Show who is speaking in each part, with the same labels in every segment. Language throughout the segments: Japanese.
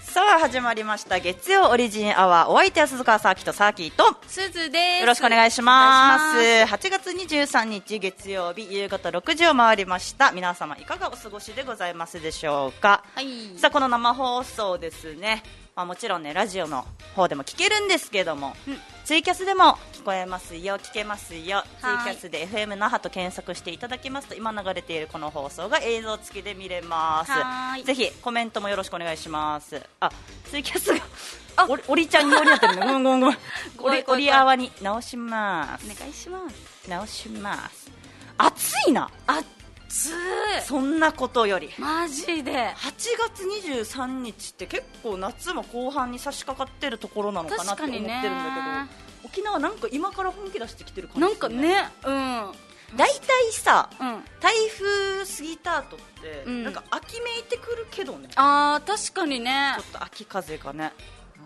Speaker 1: さあ始まりました月曜オリジンアワーお相手は鈴川サーキとサーキと
Speaker 2: すずです
Speaker 1: よろしくお願いします
Speaker 2: お願いし
Speaker 1: 8月23日月曜日夕方6時を回りました皆様いかがお過ごしでございますでしょうか、
Speaker 2: はい
Speaker 1: さあこの生放送ですね、まあ、もちろんねラジオの方でも聞けるんですけども、
Speaker 2: うん
Speaker 1: ツイキャスでも聞こえますよ聞けますよツ
Speaker 2: はい
Speaker 1: イキャスで FM 那覇と検索していただきますと今流れているこの放送が映像付きで見れます
Speaker 2: はーい
Speaker 1: ぜひコメントもよろしくお願いしますあツイキャスが
Speaker 2: あ
Speaker 1: おりおりちゃんにおりなってるねごめんごめんごめんお
Speaker 2: 怖い怖い
Speaker 1: り
Speaker 2: 怖
Speaker 1: お
Speaker 2: い
Speaker 1: りあわに直します
Speaker 2: お願いします
Speaker 1: 直します暑いな
Speaker 2: あっつー
Speaker 1: そんなことより
Speaker 2: マジで
Speaker 1: 8月23日って結構夏も後半に差し掛かってるところなのかなって思ってるんだ
Speaker 2: 確
Speaker 1: け
Speaker 2: か
Speaker 1: ど、
Speaker 2: にね
Speaker 1: 沖縄なんか今から本気出してきてる感じ
Speaker 2: なんかねうんうん
Speaker 1: 大体さ台風過ぎた後って、
Speaker 2: うん
Speaker 1: なんか秋めいてくるけどねちょ
Speaker 2: あー確かにね
Speaker 1: っと秋風がね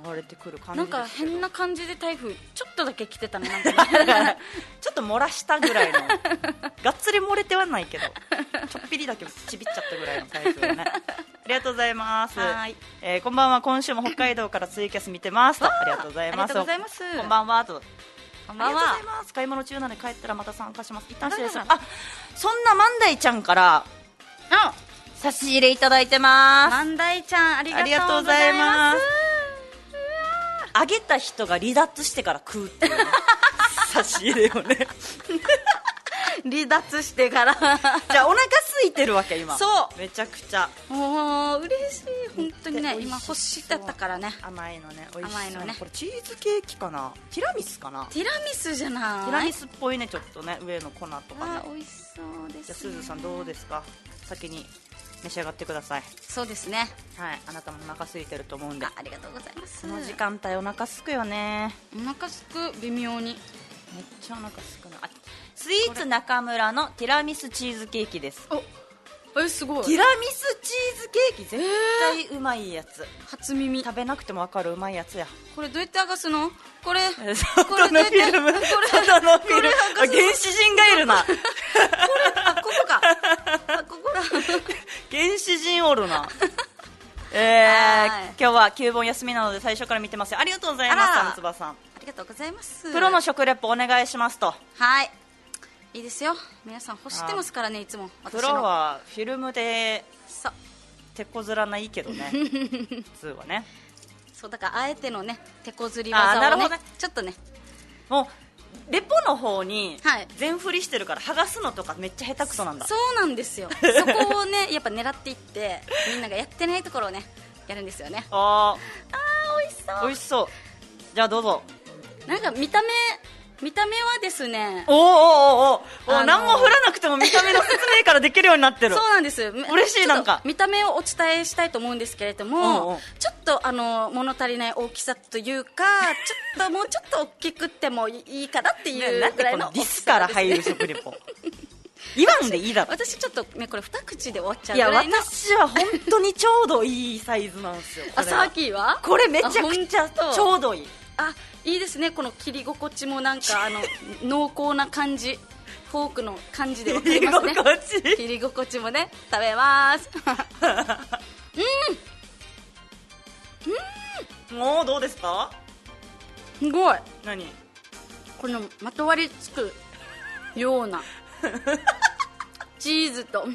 Speaker 1: 流れてくる感じ
Speaker 2: なんか
Speaker 1: ですけど
Speaker 2: 変な感じで台風ちょっとだけ来てたねなんかね
Speaker 1: ちょっと漏らしたぐらいのがっつり漏れてはないけどちょっぴりだけちびっちゃったぐらいの台風がねありがとうございます
Speaker 2: はーい
Speaker 1: えーこん ばんは今週も北海道からツイキャス見てますとありがとうございます
Speaker 2: ありがとうございます
Speaker 1: こんばんはと
Speaker 2: こん
Speaker 1: あ
Speaker 2: ばん
Speaker 1: りがとう
Speaker 2: は
Speaker 1: ございます買い物中なので帰ったらまた参加します一旦失礼します
Speaker 2: あら
Speaker 1: あそんな万代ちゃんから差し入れいただいてま
Speaker 2: 万代ちゃんあり
Speaker 1: す
Speaker 2: が
Speaker 1: ありが
Speaker 2: と
Speaker 1: と
Speaker 2: う
Speaker 1: う
Speaker 2: ご
Speaker 1: ご
Speaker 2: ざ
Speaker 1: ざ
Speaker 2: い
Speaker 1: い
Speaker 2: ま
Speaker 1: ますすあげた人が離脱してから食うっていうね 差し入れをね
Speaker 2: 離脱してから
Speaker 1: じゃあお腹空いてるわけ今
Speaker 2: そう
Speaker 1: めちゃくちゃ
Speaker 2: もう嬉しい本当にね
Speaker 1: で
Speaker 2: 今欲しかったからね
Speaker 1: 甘いのね美味しそう
Speaker 2: 甘いのね
Speaker 1: これチーズケーキかなティラミスかな
Speaker 2: ティラミスじゃない
Speaker 1: ティラミスっぽいねちょっとね上の粉とかね
Speaker 2: あー美味しそうです、
Speaker 1: じゃあす
Speaker 2: ね、
Speaker 1: ずさんどうですか先に召し上がってください
Speaker 2: そうですね
Speaker 1: はいあなたもお腹空いてると思うんで
Speaker 2: あありがとうございます
Speaker 1: この時間帯お腹すくよね
Speaker 2: お腹すく微妙に
Speaker 1: めっちゃお腹すくなあスイーツ中村のティラミスチーズケーキです
Speaker 2: おえすご
Speaker 1: ティラミスチーズケーキ絶対うまいやつ、
Speaker 2: 初耳
Speaker 1: 食べなくても分かるうまいやつや
Speaker 2: これどうやって剥がすの これこれ
Speaker 1: え外のフィルム
Speaker 2: これ
Speaker 1: 外のフィルムあ原始人がいるな
Speaker 2: あここかあここ だ
Speaker 1: 原始人おる なえー
Speaker 2: はい、
Speaker 1: 今日は9本休みなので最初から見てますよありがとうございま
Speaker 2: あ
Speaker 1: す
Speaker 2: ら
Speaker 1: 三つ葉さん
Speaker 2: ありがとうございます
Speaker 1: プロの食レポお願いしますと
Speaker 2: はいいいですよ皆さん欲してますからねいつも私
Speaker 1: プ
Speaker 2: の
Speaker 1: ロはフィルムで
Speaker 2: そう
Speaker 1: 手こずらないけど ね普通はね
Speaker 2: そうだからあえてのね手こずり
Speaker 1: あー
Speaker 2: 技
Speaker 1: なる
Speaker 2: をね
Speaker 1: ほどね
Speaker 2: ちょっとね
Speaker 1: もうレポの方に
Speaker 2: はい
Speaker 1: 全振りしてるから剥がすのとかめっちゃ下手くそなんだ
Speaker 2: そうなんですよそこをねやっぱ狙っていってみんながやってないところをねやるんですよね
Speaker 1: あ
Speaker 2: あー美味しそう
Speaker 1: あ美味しそうじゃあどうぞ
Speaker 2: なんか見た目見た目はですね
Speaker 1: おーおーおーおーおー
Speaker 2: あのー
Speaker 1: 何も振らなくても見た目の説明からできるようになってる
Speaker 2: そうなんです
Speaker 1: 嬉しい
Speaker 2: ちょっと
Speaker 1: なんか
Speaker 2: 見た目をお伝えしたいと思うんですけれども、
Speaker 1: うんうん
Speaker 2: ちょっとあの物足りない大きさというかちょっともうちょっと大きくってもいいかなって
Speaker 1: ね
Speaker 2: い
Speaker 1: な
Speaker 2: うんぐ
Speaker 1: で
Speaker 2: ら
Speaker 1: こ
Speaker 2: いの
Speaker 1: の
Speaker 2: 大
Speaker 1: ディ
Speaker 2: き
Speaker 1: ス
Speaker 2: さ
Speaker 1: から
Speaker 2: ですね
Speaker 1: 入る食 レポ言わんでいいだろ
Speaker 2: 私ちょっとねこれ二口で終わっちゃう
Speaker 1: い
Speaker 2: ぐ
Speaker 1: や
Speaker 2: らいの
Speaker 1: 私は本当にちょうどいいサイズなんですよこ
Speaker 2: あ
Speaker 1: れ
Speaker 2: サ
Speaker 1: は
Speaker 2: ーキーは
Speaker 1: これめちゃくちゃ
Speaker 2: あほんと
Speaker 1: ちょうどいい
Speaker 2: あいいですねこの切り心地もなんか あの濃厚な感じフォークの感じでわかりますね
Speaker 1: 切り心地
Speaker 2: 切り心地もね食べます
Speaker 1: もうどうですか
Speaker 2: すごい
Speaker 1: 何
Speaker 2: このまとわりつくよ うなチーズと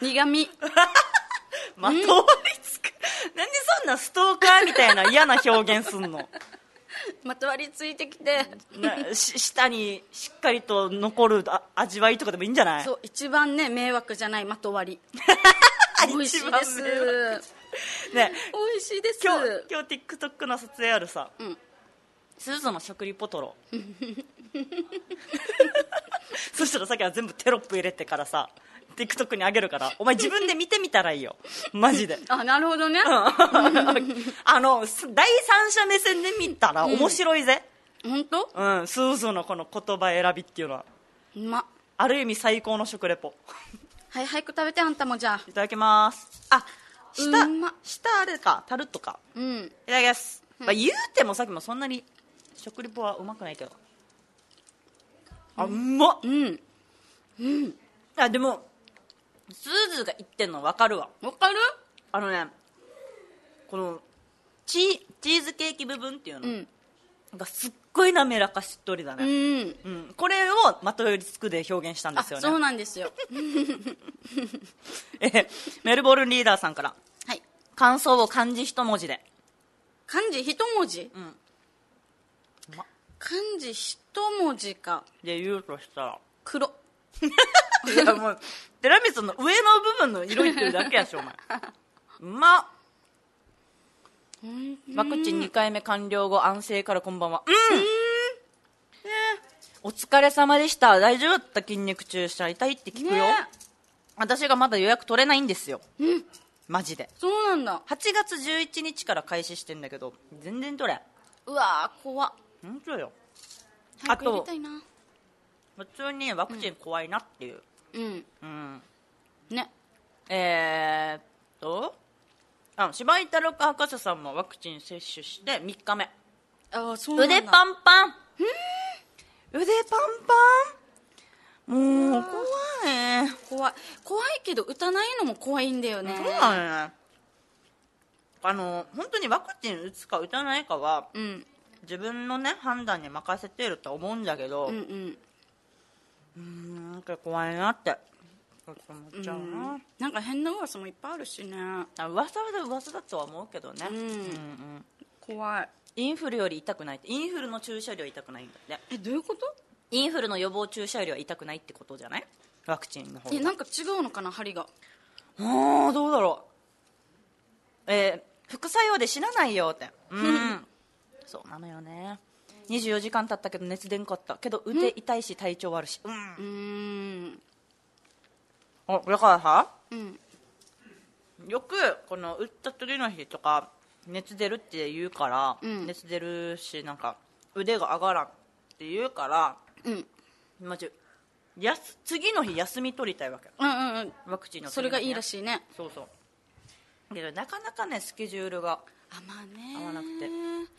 Speaker 2: 苦味
Speaker 1: まとわりつく、なんでそんなストーカーみたいな嫌な表現すんの
Speaker 2: まとわりついてきて
Speaker 1: なし舌にしっかりと残るあ味わいとかでもいいんじゃない
Speaker 2: そう一番ね迷惑じゃないまと わり美味しい
Speaker 1: 一
Speaker 2: で
Speaker 1: 番
Speaker 2: す
Speaker 1: 迷惑ね
Speaker 2: 美味しいです
Speaker 1: 今日今日 TikTok の撮影あるさ、
Speaker 2: うん
Speaker 1: すずの食リポト ロ そしたらさっきは全部テロップ入れてからさ TikTok にあげるからお前自分で見てみたらいいよマジで
Speaker 2: あなるほどね、
Speaker 1: あのす第三者目線で見たら面白いぜ、
Speaker 2: 本当
Speaker 1: うんスーズーのこの言葉選びっていうのは
Speaker 2: うま
Speaker 1: ある意味最高の食レポ
Speaker 2: はい早く食べてあんたもじゃあ
Speaker 1: いただきますあ下、
Speaker 2: うま
Speaker 1: 下あれかタルトか
Speaker 2: うん
Speaker 1: いただきます、まあ、言うてもさっきもそんなに食リポはうまくないけどあうまっ
Speaker 2: うん
Speaker 1: あでもスーズーが言ってんの分かるわ
Speaker 2: わかる
Speaker 1: あのねこのチチーズケーキ部分っていう
Speaker 2: う
Speaker 1: の
Speaker 2: ん
Speaker 1: がすっごい滑らかしっとりだ
Speaker 2: う
Speaker 1: ね、
Speaker 2: ん
Speaker 1: うんこれをまとよりつくで表現したんで
Speaker 2: あ
Speaker 1: すよ
Speaker 2: そう
Speaker 1: ね
Speaker 2: なんですよ
Speaker 1: えーメルボルンリーダーさんから
Speaker 2: はい
Speaker 1: 感想を漢字一文字で、
Speaker 2: 漢字一文字
Speaker 1: うん、
Speaker 2: 漢字一文字か
Speaker 1: で言うとしたら
Speaker 2: 黒
Speaker 1: いやもう寺光の上の部分の色いってるだけやしお前うまっワクチン2回目完了後安静からこんばんはうんお疲れ様でした大丈夫だった筋肉注射痛いって聞くよ、
Speaker 2: ね
Speaker 1: 私がまだ予約取れないんですよ、マジで
Speaker 2: そうなんだ
Speaker 1: 8月11日から開始してんだけど全然取れん
Speaker 2: うわー怖っ
Speaker 1: 本当よ
Speaker 2: 早く
Speaker 1: あと
Speaker 2: 入れたいな
Speaker 1: 普通にワクチン怖いなっていう、
Speaker 2: うん
Speaker 1: うん、
Speaker 2: ね
Speaker 1: えー、っとあ柴井太郎博士さんもワクチン接種して3日目
Speaker 2: あーそうなんだ
Speaker 1: 腕パンパン腕パンパンもう怖いね
Speaker 2: 怖い怖いけど打たないのも怖いんだよね
Speaker 1: そうだねあの本当にワクチン打つか打たないかは
Speaker 2: うん
Speaker 1: 自分のね判断に任せてるとは思うんだけど、
Speaker 2: うんうん
Speaker 1: うんなんか怖いなってちょっと思っちゃうな、
Speaker 2: なんか変な噂もいっぱいあるしね
Speaker 1: あ噂は噂だとは思うけどね、
Speaker 2: うん
Speaker 1: ん
Speaker 2: 怖い
Speaker 1: インフルより痛くないってインフルの注射量痛くないんだって
Speaker 2: えどういうこと
Speaker 1: インフルの予防注射よりは痛くないってことじゃないワクチンの方
Speaker 2: えなんか違うのかな針が
Speaker 1: ああどうだろうえー副作用で死なないよってうん そうなのよね24時間経ったけど熱出んかったけど腕痛いし体調悪いしうん
Speaker 2: うーん
Speaker 1: あだからさ
Speaker 2: うん
Speaker 1: よくこの打った次の日とか熱出るって言うから、
Speaker 2: うん
Speaker 1: 熱出るしなんか腕が上がらんって言うから
Speaker 2: うん
Speaker 1: マジやす次の日休み取りたいわけ
Speaker 2: うんうんうん
Speaker 1: ワクチンの
Speaker 2: それがいいら
Speaker 1: い
Speaker 2: しいね
Speaker 1: そうそうけどなかなかねスケジュールが
Speaker 2: あまあね
Speaker 1: 合わなくて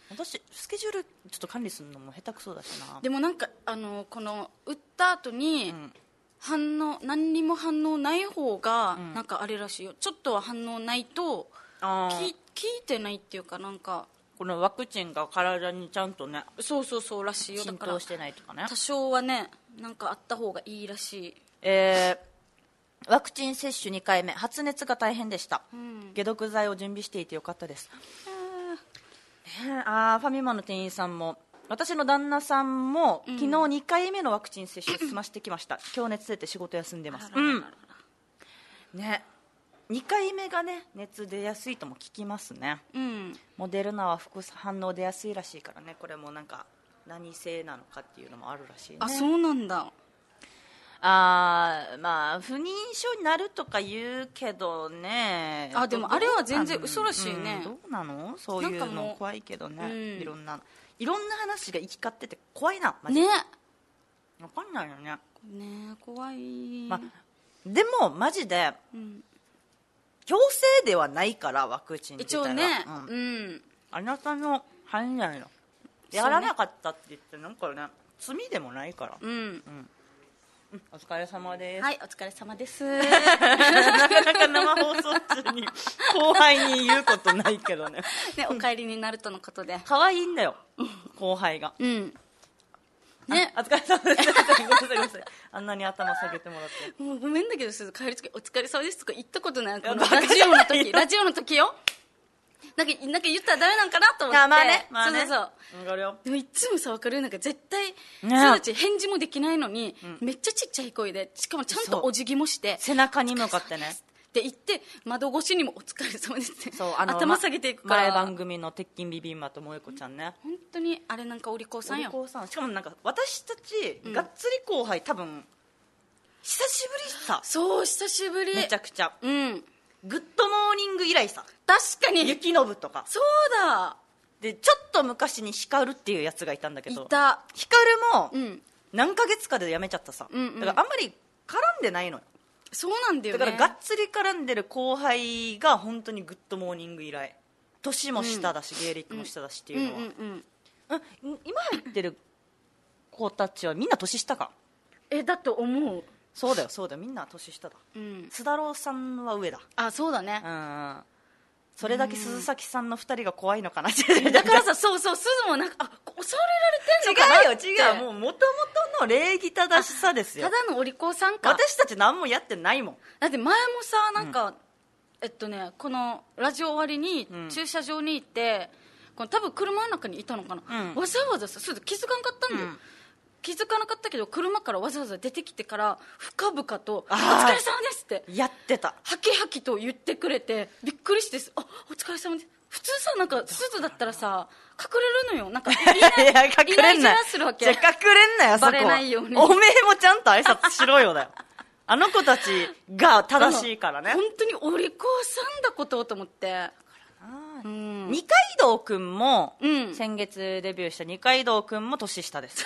Speaker 1: 私スケジュールちょっと管理するのも下手くそだしな
Speaker 2: でもなんかあのこの打った後に
Speaker 1: ん
Speaker 2: 反応、何にも反応ない方が
Speaker 1: ん
Speaker 2: なんかあれらしいよちょっとは反応ないと
Speaker 1: あ
Speaker 2: き
Speaker 1: ー
Speaker 2: 聞いてないっていうかなんか
Speaker 1: このワクチンが体にちゃんとね
Speaker 2: そうそうそうらしいよだ
Speaker 1: 浸
Speaker 2: から
Speaker 1: 透してないとかね
Speaker 2: 多少はねなんかあった方がいいらしい
Speaker 1: えーワクチン接種2回目発熱が大変でした、
Speaker 2: ん
Speaker 1: 解毒剤を準備していてよかったです、ねえあーファミマの店員さんも私の旦那さんも、昨日2回目のワクチン接種済ましてきました今日熱出て仕事休んでますうんね2回目がね熱出やすいとも聞きますね
Speaker 2: うん
Speaker 1: モデルナは副反応出やすいらしいからねこれもなんか何性なのかっていうのもあるらしいね
Speaker 2: あそうなんだ
Speaker 1: あーまあ不妊症になるとか言うけどね
Speaker 2: あでも
Speaker 1: ど
Speaker 2: あれは全然嘘らしいね
Speaker 1: うんどうなのそうい
Speaker 2: な
Speaker 1: うん
Speaker 2: かも
Speaker 1: の
Speaker 2: う
Speaker 1: 怖いけどね、
Speaker 2: うん
Speaker 1: いろんないろんな話が行き交ってて怖いなマジ
Speaker 2: ね
Speaker 1: 分かんないよね、
Speaker 2: ね怖い、
Speaker 1: まあ、でもマジで
Speaker 2: うん
Speaker 1: 強制ではないからワクチン自
Speaker 2: 一
Speaker 1: 体は
Speaker 2: 応ね
Speaker 1: うん
Speaker 2: うん、
Speaker 1: あなたの範囲内の
Speaker 2: ね
Speaker 1: やらなかったって言ってなんかね罪でもないから、
Speaker 2: うん
Speaker 1: うんお疲れ様です、
Speaker 2: はいお疲れ様で す
Speaker 1: なかなか生放送中に後輩に言うことないけどね
Speaker 2: ね、お帰りになるとのことで。
Speaker 1: 可愛いんだよ後輩が
Speaker 2: うん。ね
Speaker 1: あ、お疲れ様です ごめんなさいごめんなさいあんなに頭下げてもらって
Speaker 2: もうごめんだけど、すず帰りつけ、お疲れ様ですとか言ったことない。この
Speaker 1: バカ
Speaker 2: ラ
Speaker 1: じ
Speaker 2: ジ
Speaker 1: ゃ
Speaker 2: オの
Speaker 1: ないよ
Speaker 2: 時、ラジオの時よ。なんか、なんか言ったらダメなんかなと思って。
Speaker 1: あまあねまあね
Speaker 2: そうそうそう。
Speaker 1: わかるよ
Speaker 2: でもいつもさ、わかるなんか絶対、す
Speaker 1: ね
Speaker 2: ずち返事もできないのに、めっちゃちっちゃい声で、しかもちゃん
Speaker 1: そう
Speaker 2: とお辞儀もして、
Speaker 1: 背中に向かってね
Speaker 2: って言って、窓越しにもお疲れ様ですって。
Speaker 1: そうあの
Speaker 2: 頭下げていくか
Speaker 1: 前
Speaker 2: ら。
Speaker 1: 番組の鉄筋ビビンバと萌子ちゃんね
Speaker 2: 本当に、あれなんかお利口さ
Speaker 1: お
Speaker 2: ん
Speaker 1: 利
Speaker 2: よ。
Speaker 1: 口さんしかもなんか私たちがっつり後輩多分久しぶりさ
Speaker 2: そう、久しぶり。
Speaker 1: めちゃくちゃ
Speaker 2: うん。
Speaker 1: グッドモーニング以来さ
Speaker 2: 確かに、
Speaker 1: 雪信とか
Speaker 2: そうだ。
Speaker 1: でちょっと昔に光るっていうやつがいたんだけ
Speaker 2: い
Speaker 1: ど
Speaker 2: た。
Speaker 1: 光も
Speaker 2: うん。
Speaker 1: 何ヶ月かでやめちゃったさ、
Speaker 2: うんうん
Speaker 1: だからあんまり絡んでないのよ
Speaker 2: そうなんだよ
Speaker 1: だ
Speaker 2: ね
Speaker 1: からがっつり絡んでる後輩が本当にグッドモーニング以来年も下だし、芸歴も下だしって
Speaker 2: うん
Speaker 1: いううのは、
Speaker 2: んうん
Speaker 1: うん今入ってる子たちはみんな年下か
Speaker 2: えだと思う
Speaker 1: そうだよそうだよみんな年下だ
Speaker 2: うん
Speaker 1: 須田郎さんは上だ
Speaker 2: あそうだね
Speaker 1: うんうんそれだけ鈴崎さんの2人が怖いのかな
Speaker 2: だからさそうそうすずもなんかあこ恐れら
Speaker 1: 違う
Speaker 2: れ
Speaker 1: よ
Speaker 2: てんのかな
Speaker 1: 違
Speaker 2: って
Speaker 1: うもうもともとの礼儀正しさですよ
Speaker 2: ただのお利口さんか
Speaker 1: 私たち何もやってないもん
Speaker 2: だって前もさなんか、えっとねこのラジオ終わりに
Speaker 1: うん
Speaker 2: 駐車場に行って、この多分車の中にいたのかな、
Speaker 1: うん
Speaker 2: わざわざさそう気づかなかったんだよ、
Speaker 1: うん
Speaker 2: 気づかなかったけど車からわざわざ出てきてから深々と「お
Speaker 1: あ
Speaker 2: 疲
Speaker 1: ー
Speaker 2: れ様です」って
Speaker 1: やってた
Speaker 2: はきはきと言ってくれてびっくりしてあお疲れ様です普通さなんかすずだったらさ隠れるのよなんかいない
Speaker 1: いや隠れ
Speaker 2: いない
Speaker 1: ん
Speaker 2: じ
Speaker 1: な
Speaker 2: ら
Speaker 1: い
Speaker 2: するわけ
Speaker 1: じゃあ隠れんなよそこは
Speaker 2: バレないように
Speaker 1: おめえもちゃんと挨拶しろよ だよあの子たちが正しいからね
Speaker 2: 本当にお利口さんだことをと思って
Speaker 1: あ
Speaker 2: う
Speaker 1: ー
Speaker 2: ん
Speaker 1: 二階堂くんも、
Speaker 2: うん
Speaker 1: 先月デビューした二階堂くんも年下 です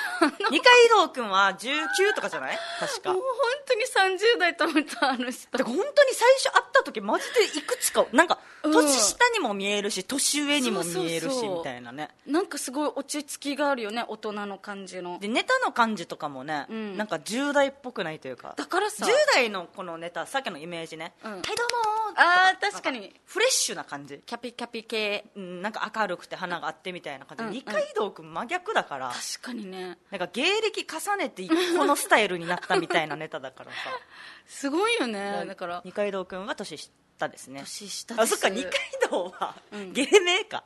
Speaker 1: 二階堂くんは19とかじゃない確か
Speaker 2: もう本当に30代と思ったあの人
Speaker 1: だから本当に最初会った時マジでいくつかなんか
Speaker 2: うん
Speaker 1: 年下にも見えるし、年上にも見える
Speaker 2: そ
Speaker 1: し
Speaker 2: うそうそう
Speaker 1: みたいなね
Speaker 2: なんかすごい落ち着きがあるよね大人の感じの
Speaker 1: でネタの感じとかもね、
Speaker 2: うん
Speaker 1: なんか10代っぽくないというか
Speaker 2: だからさ
Speaker 1: 10代のこのネタさっきのイメージね「
Speaker 2: うん
Speaker 1: はいどうも」
Speaker 2: あー確かに
Speaker 1: フレッシュな感じ、
Speaker 2: キャピキャピ系
Speaker 1: うん、なんか明るくて花があってみたいな感じ、
Speaker 2: うん
Speaker 1: 二階堂君真逆だから、
Speaker 2: 確かにね
Speaker 1: なんか芸歴重ねてこのスタイルになったみたいなネタだから
Speaker 2: す ごいよね
Speaker 1: さ
Speaker 2: だから
Speaker 1: 二階堂君は年下ですね
Speaker 2: 年下です
Speaker 1: あそっか二階堂は
Speaker 2: うん
Speaker 1: 芸名か、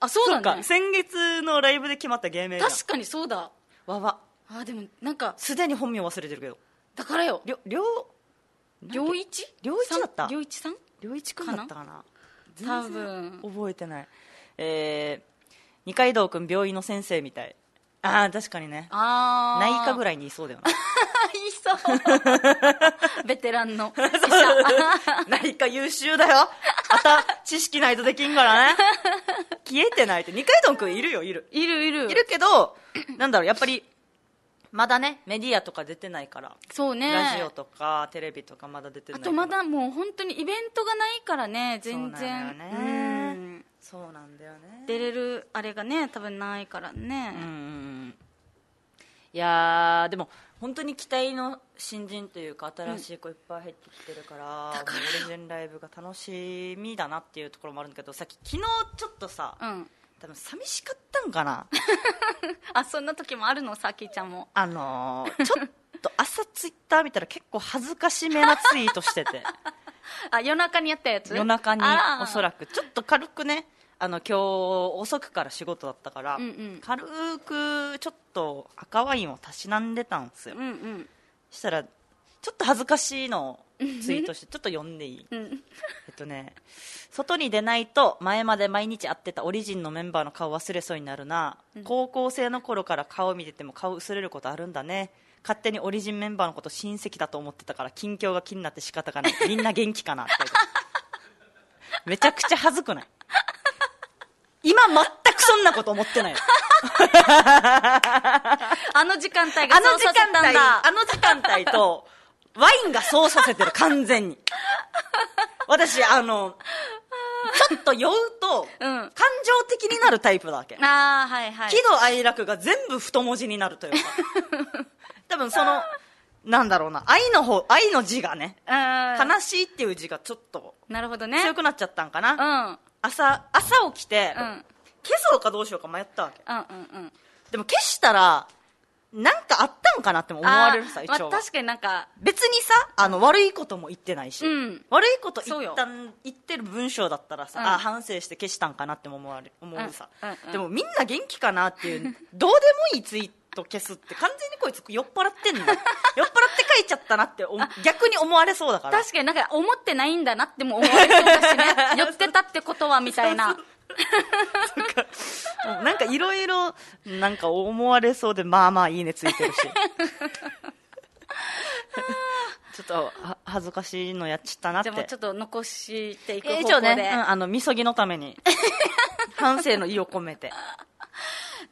Speaker 2: あそう
Speaker 1: そ
Speaker 2: だ
Speaker 1: っ
Speaker 2: ね
Speaker 1: か先月のライブで決まった芸名じゃん
Speaker 2: 確かにそうだ
Speaker 1: わわ
Speaker 2: あでもなんか
Speaker 1: すでに本名忘れてるけど
Speaker 2: だからよ
Speaker 1: りょりょ
Speaker 2: 良一
Speaker 1: 良一だった
Speaker 2: 良一さん
Speaker 1: りょういちくんだったかな
Speaker 2: 多
Speaker 1: 全然
Speaker 2: 分
Speaker 1: 覚えてないえー、二階堂君病院の先生みたいああ確かにね
Speaker 2: ああ
Speaker 1: 内科ぐら
Speaker 2: らい
Speaker 1: いにいそうだよな
Speaker 2: い そうベテランの医者
Speaker 1: 内科優秀だよあた知識ないとできんからね消えてないって二階堂君いるよいる
Speaker 2: いるいる
Speaker 1: いるけどなんだろうやっぱりまだねメディアとか出てないから、
Speaker 2: そうね
Speaker 1: ラジオとかテレビとかまだ出てな
Speaker 2: あ
Speaker 1: い
Speaker 2: と
Speaker 1: から
Speaker 2: まだもう本当にイベントがないからね全然
Speaker 1: そうなんだよね
Speaker 2: うん
Speaker 1: そうなんだよね
Speaker 2: 出れるあれがね多分ないからね
Speaker 1: うんうんうんいやーでも本当に期待の新人というか新しい子いっぱい入ってきてるから,、
Speaker 2: だから
Speaker 1: オリジンライブが楽しみだなっていうところもあるんだけどさっき昨日ちょっとさ、
Speaker 2: うん、
Speaker 1: 多分寂しかったんかな
Speaker 2: あそんな時もあるのさきーちゃんも
Speaker 1: あのー ちょっと朝ツイッター見たら結構恥ずかしめなツイートして て
Speaker 2: あ夜中にやったやつ
Speaker 1: 夜中におそら
Speaker 2: く
Speaker 1: くちょっと軽くねあの今日遅くから仕事だったから、
Speaker 2: うんうん
Speaker 1: 軽くちょっと赤ワインをたしなんでたんですよ、
Speaker 2: うんうん
Speaker 1: したらちょっと恥ずかしいのをツイートしてちょっと読んでいい
Speaker 2: うん
Speaker 1: えっとね外に出ないと前まで毎日会ってたオリジンのメンバーの顔忘れそうになるな、高校生の頃から顔見てても顔薄れることあるんだね勝手にオリジンメンバーのこと親戚だと思ってたから近況が気になって仕方がないみんな元気かなって書いてあるめちゃくちゃ恥ずくない今全くそんなこと思ってないよ
Speaker 2: あの時間帯が
Speaker 1: あの時
Speaker 2: そうさせ
Speaker 1: 間
Speaker 2: たん
Speaker 1: 帯、
Speaker 2: だ
Speaker 1: あの時間帯と、 ワインがそうさせてる、完全に。私、あの、ちょっと酔うと、
Speaker 2: うん
Speaker 1: 感情的になるタイプだわけ。喜
Speaker 2: あーはいはい
Speaker 1: 怒哀楽が全部太文字になるというか。 多分その、なんだろうな、愛の方、愛の字がね、
Speaker 2: うん
Speaker 1: 悲しいっていう字がちょっと
Speaker 2: なるほどね
Speaker 1: 強くなっちゃったんか
Speaker 2: うんう
Speaker 1: な。
Speaker 2: ん
Speaker 1: 朝、朝起きて、
Speaker 2: うん
Speaker 1: 消そうかどうしようか迷ったわけ。
Speaker 2: うんうん
Speaker 1: でも消したら、なんかあったんかなっても思われるさ、
Speaker 2: あー
Speaker 1: 一応は。
Speaker 2: まあ確かになんか
Speaker 1: 別にさあの悪いことも言ってないし、
Speaker 2: うん
Speaker 1: 悪いこと
Speaker 2: そう
Speaker 1: 言
Speaker 2: よ
Speaker 1: ったん言ってる文章だったらさ、
Speaker 2: うん
Speaker 1: あ反省して消したんかなっても思われ思うさ、
Speaker 2: うんうんうん
Speaker 1: でもみんな元気かなっていうどうでもいいツイート消すって完全にこいつ酔っ払ってん の酔っ払って書いちゃったなってお逆に思われそうだから
Speaker 2: 確かになんか思ってないんだなっても思われそう だしね寄ってたってことはみたいな
Speaker 1: うんなんかいろいろなんか思われそうでまあまあいいねついてる しちょっとは恥ずかしいのやっちゃったなっ
Speaker 2: じ
Speaker 1: て
Speaker 2: ゃあもうちょっと残していく
Speaker 1: え
Speaker 2: 方
Speaker 1: ー以
Speaker 2: 向で、
Speaker 1: 上ね、うんあのみそぎのために 反省の意を込めて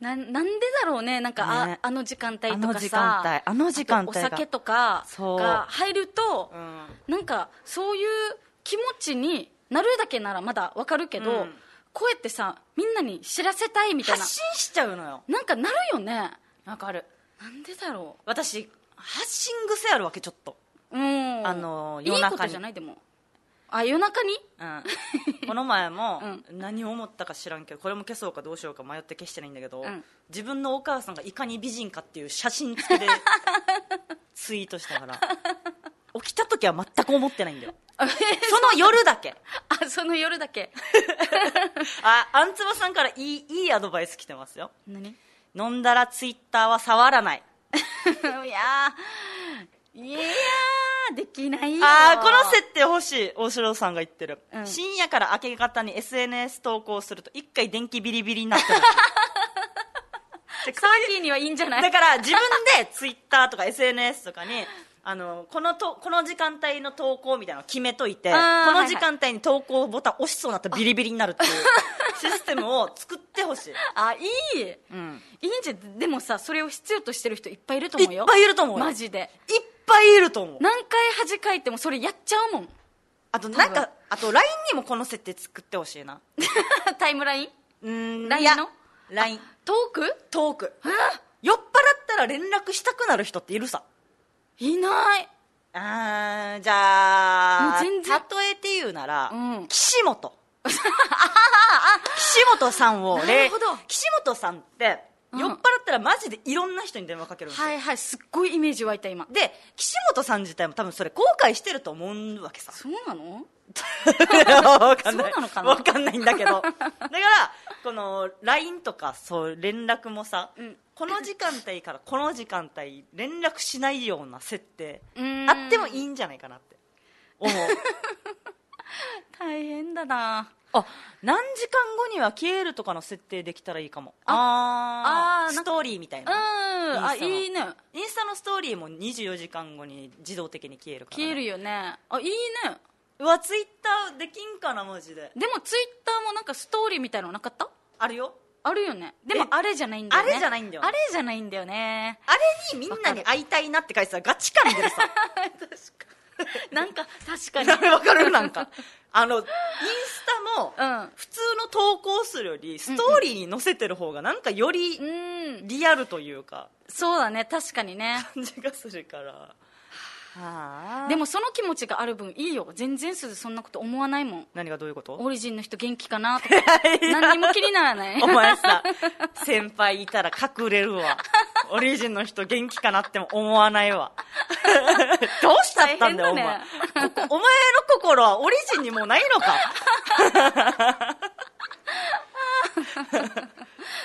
Speaker 2: なんなんでだろうねなんか、
Speaker 1: ね
Speaker 2: ああの時間帯と
Speaker 1: あ
Speaker 2: かさ
Speaker 1: の時間帯あの時間帯が
Speaker 2: あとお酒とか
Speaker 1: そう
Speaker 2: が入ると
Speaker 1: う、ん
Speaker 2: なんかそういう気持ちになるだけならまだわかるけど、
Speaker 1: うん
Speaker 2: こうやってさみんなに知らせたいみたいな
Speaker 1: 発信しちゃうのよ
Speaker 2: なんかなるよね
Speaker 1: わかる
Speaker 2: なんでだろ
Speaker 1: 私発信癖あるわけちょっと
Speaker 2: ううん
Speaker 1: あの
Speaker 2: いい
Speaker 1: 夜
Speaker 2: こと
Speaker 1: 中に
Speaker 2: じゃないでもあ夜中に
Speaker 1: うん、この前も
Speaker 2: う
Speaker 1: 何を思ったか知らんけどこれも消そうかどうしようか迷って消してないんだけど、
Speaker 2: うん
Speaker 1: 自分のお母さんがいかに美人かっていう写真付き でツイートしたから起きた時は全く思ってないんだよその夜だけ
Speaker 2: あその夜だけ
Speaker 1: ああんつばさんからいいいいアドバイス来てますよ
Speaker 2: 何 い
Speaker 1: 飲んだらツイッターは触らない
Speaker 2: やーいやーできないよ
Speaker 1: ああこの設定欲しい大城さんが言ってる、
Speaker 2: うん
Speaker 1: 深夜から明け方に SNS 投稿すると一回電気ビリビリになって る
Speaker 2: サーキーにはいいんじゃない
Speaker 1: だから自分でツイッターとか SNS とかにあのこのとこの時間帯の投稿みたいなのを決めといてこ
Speaker 2: あー
Speaker 1: の時間帯に投稿ボタン押しそうになったらビリビリになる っていうシステムを作ってほしい、
Speaker 2: あいいいい
Speaker 1: う
Speaker 2: ん
Speaker 1: ん、
Speaker 2: じゃでもさそれを必要としてる人いっぱいいると
Speaker 1: い
Speaker 2: 思うよ
Speaker 1: っぱいいると思うよ
Speaker 2: マ
Speaker 1: いっ
Speaker 2: ジで
Speaker 1: ぱいいると思う
Speaker 2: 何回恥かいてもそれやっちゃうもん
Speaker 1: あとなん
Speaker 2: 多分
Speaker 1: かあと LINE にもこの設定作ってほしいな
Speaker 2: タイムライン
Speaker 1: うーん
Speaker 2: LINE
Speaker 1: いや
Speaker 2: の
Speaker 1: LINE
Speaker 2: トーク
Speaker 1: トーク
Speaker 2: え
Speaker 1: 酔っ払ったら連絡したくなる人っているさ
Speaker 2: いない
Speaker 1: あーじゃあ
Speaker 2: もう全然
Speaker 1: 例えて言うなら、
Speaker 2: うん
Speaker 1: 岸本岸本さんを例
Speaker 2: なるほど
Speaker 1: 岸本さんって
Speaker 2: うん
Speaker 1: 酔っ払ったらマジでいろんな人に電話かけるんですよ、
Speaker 2: はいはいすっごいイメージ湧いた今
Speaker 1: で岸本さん自体も多分それ後悔してると思うわけさ
Speaker 2: そうなの
Speaker 1: わかんない
Speaker 2: そうなのかな
Speaker 1: わかんないんだけどだからこの LINE とかそう連絡もさ、
Speaker 2: うん
Speaker 1: この時間帯からこの時間帯連絡しないような設定
Speaker 2: うーん
Speaker 1: あってもいいんじゃないかなって 思う
Speaker 2: 大変だな
Speaker 1: あ何時間後には消えるとかの設定できたらいいかもあ
Speaker 2: あーな
Speaker 1: ス
Speaker 2: んか
Speaker 1: トーリーみたい
Speaker 2: うん
Speaker 1: な
Speaker 2: あ
Speaker 1: インスタの
Speaker 2: いいね
Speaker 1: インスタのストーリーも24時間後に自動的に消えるからね、
Speaker 2: 消えるよねあいいね
Speaker 1: うわツイッターできんかなマジで
Speaker 2: でもツイッターもなんかストーリーみたいのなかった
Speaker 1: あるよ
Speaker 2: あるよねでも
Speaker 1: え
Speaker 2: あれじゃないんだよね
Speaker 1: あれじゃないんだよね
Speaker 2: あれじゃないんだよね
Speaker 1: あれにみんなに会いたいなって書いてたらガチ感出るさ
Speaker 2: なんか確か
Speaker 1: わ
Speaker 2: に
Speaker 1: かるわかるなんかあのインスタも
Speaker 2: うん
Speaker 1: 普通の投稿するよりストーリーに載せてる方がなんかより
Speaker 2: うん
Speaker 1: リアルというか
Speaker 2: そうだね確かにね
Speaker 1: 感じがするから
Speaker 2: でもその気持ちがある分いいよ全然すずそんなこと思わないもん
Speaker 1: 何がどういうこと
Speaker 2: オリジンの人元気か なとか何にも気にならない
Speaker 1: お前さ、先輩いたら隠れるわ。オリジンの人元気かなっても思わないわ。どうしたったんだよ、
Speaker 2: 大変だね
Speaker 1: お前。ここお前の心はオリジンにもうないの か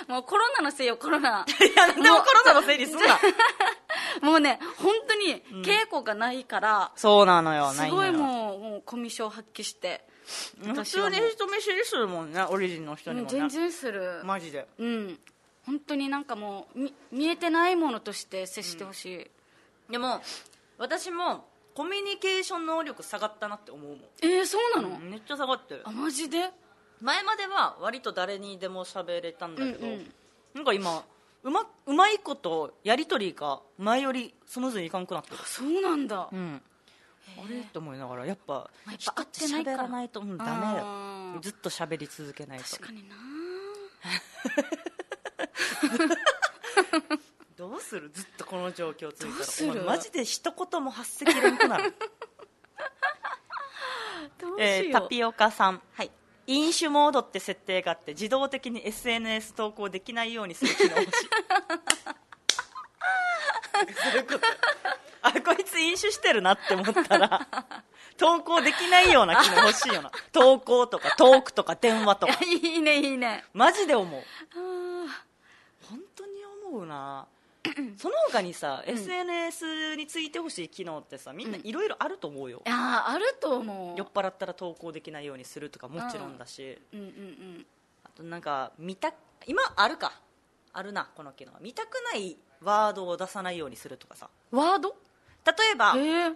Speaker 2: もうコロナのせいよコロナ
Speaker 1: いや、でもコ
Speaker 2: もう
Speaker 1: ロナのせいにすんな。
Speaker 2: もうね本当に稽古がないから、
Speaker 1: そうなのよ、
Speaker 2: す
Speaker 1: ない
Speaker 2: ご
Speaker 1: の
Speaker 2: い
Speaker 1: よ。
Speaker 2: もうもうコミュ障発揮して
Speaker 1: 普
Speaker 2: 私
Speaker 1: 通
Speaker 2: はも
Speaker 1: に
Speaker 2: う
Speaker 1: 人見知りするもんね、オリジンの人に
Speaker 2: うん
Speaker 1: も
Speaker 2: 全
Speaker 1: ね。
Speaker 2: 然する、
Speaker 1: マジで。
Speaker 2: うん本当になんかもうみ見えてないものとして接してほしい、
Speaker 1: でも、私もコミュニケーション能力下がったなって思う
Speaker 2: えー、そうなの、
Speaker 1: もん。めっちゃ下がってる
Speaker 2: あ。マジで
Speaker 1: 前までは割と誰にでも喋れたんだけど、
Speaker 2: うんうん
Speaker 1: なんか今うまうまいことやり取りが前よりスムーズにいかんくなってる、
Speaker 2: そうなんだ、
Speaker 1: うん、あれと思いながらやっぱ
Speaker 2: まあやっ
Speaker 1: 人
Speaker 2: ぱ
Speaker 1: って
Speaker 2: 合ってないか
Speaker 1: 喋
Speaker 2: ら
Speaker 1: らないとうんダメだ
Speaker 2: あ
Speaker 1: よ
Speaker 2: ー
Speaker 1: ずっと喋り続けないと
Speaker 2: 確かにな
Speaker 1: どうするずっとこの状況続いた
Speaker 2: どう
Speaker 1: ら
Speaker 2: する
Speaker 1: お前マジで一言も発せきれんくなる、
Speaker 2: どうしよう、
Speaker 1: えータピオカさんはい飲酒モードって設定があって自動的に SNS 投稿できないようにする機能 欲しいそういうことあこいつ飲酒してるなって思ったら投稿できないような機能欲しいよな投稿とかトークとか電話とか
Speaker 2: いやいいねいいね
Speaker 1: マジで思う
Speaker 2: あー
Speaker 1: 本当に思う なその他にさ、SNS についてほしい機能ってさみんないろいろあると思うよ
Speaker 2: い、やーあると思う
Speaker 1: 酔っ払ったら投稿できないようにするとかもちろんだし、
Speaker 2: うんうんうん
Speaker 1: あとなんか見た今あるかあるなこの機能見たくないワードを出さないようにするとかさ
Speaker 2: ワード
Speaker 1: 例えば
Speaker 2: えー、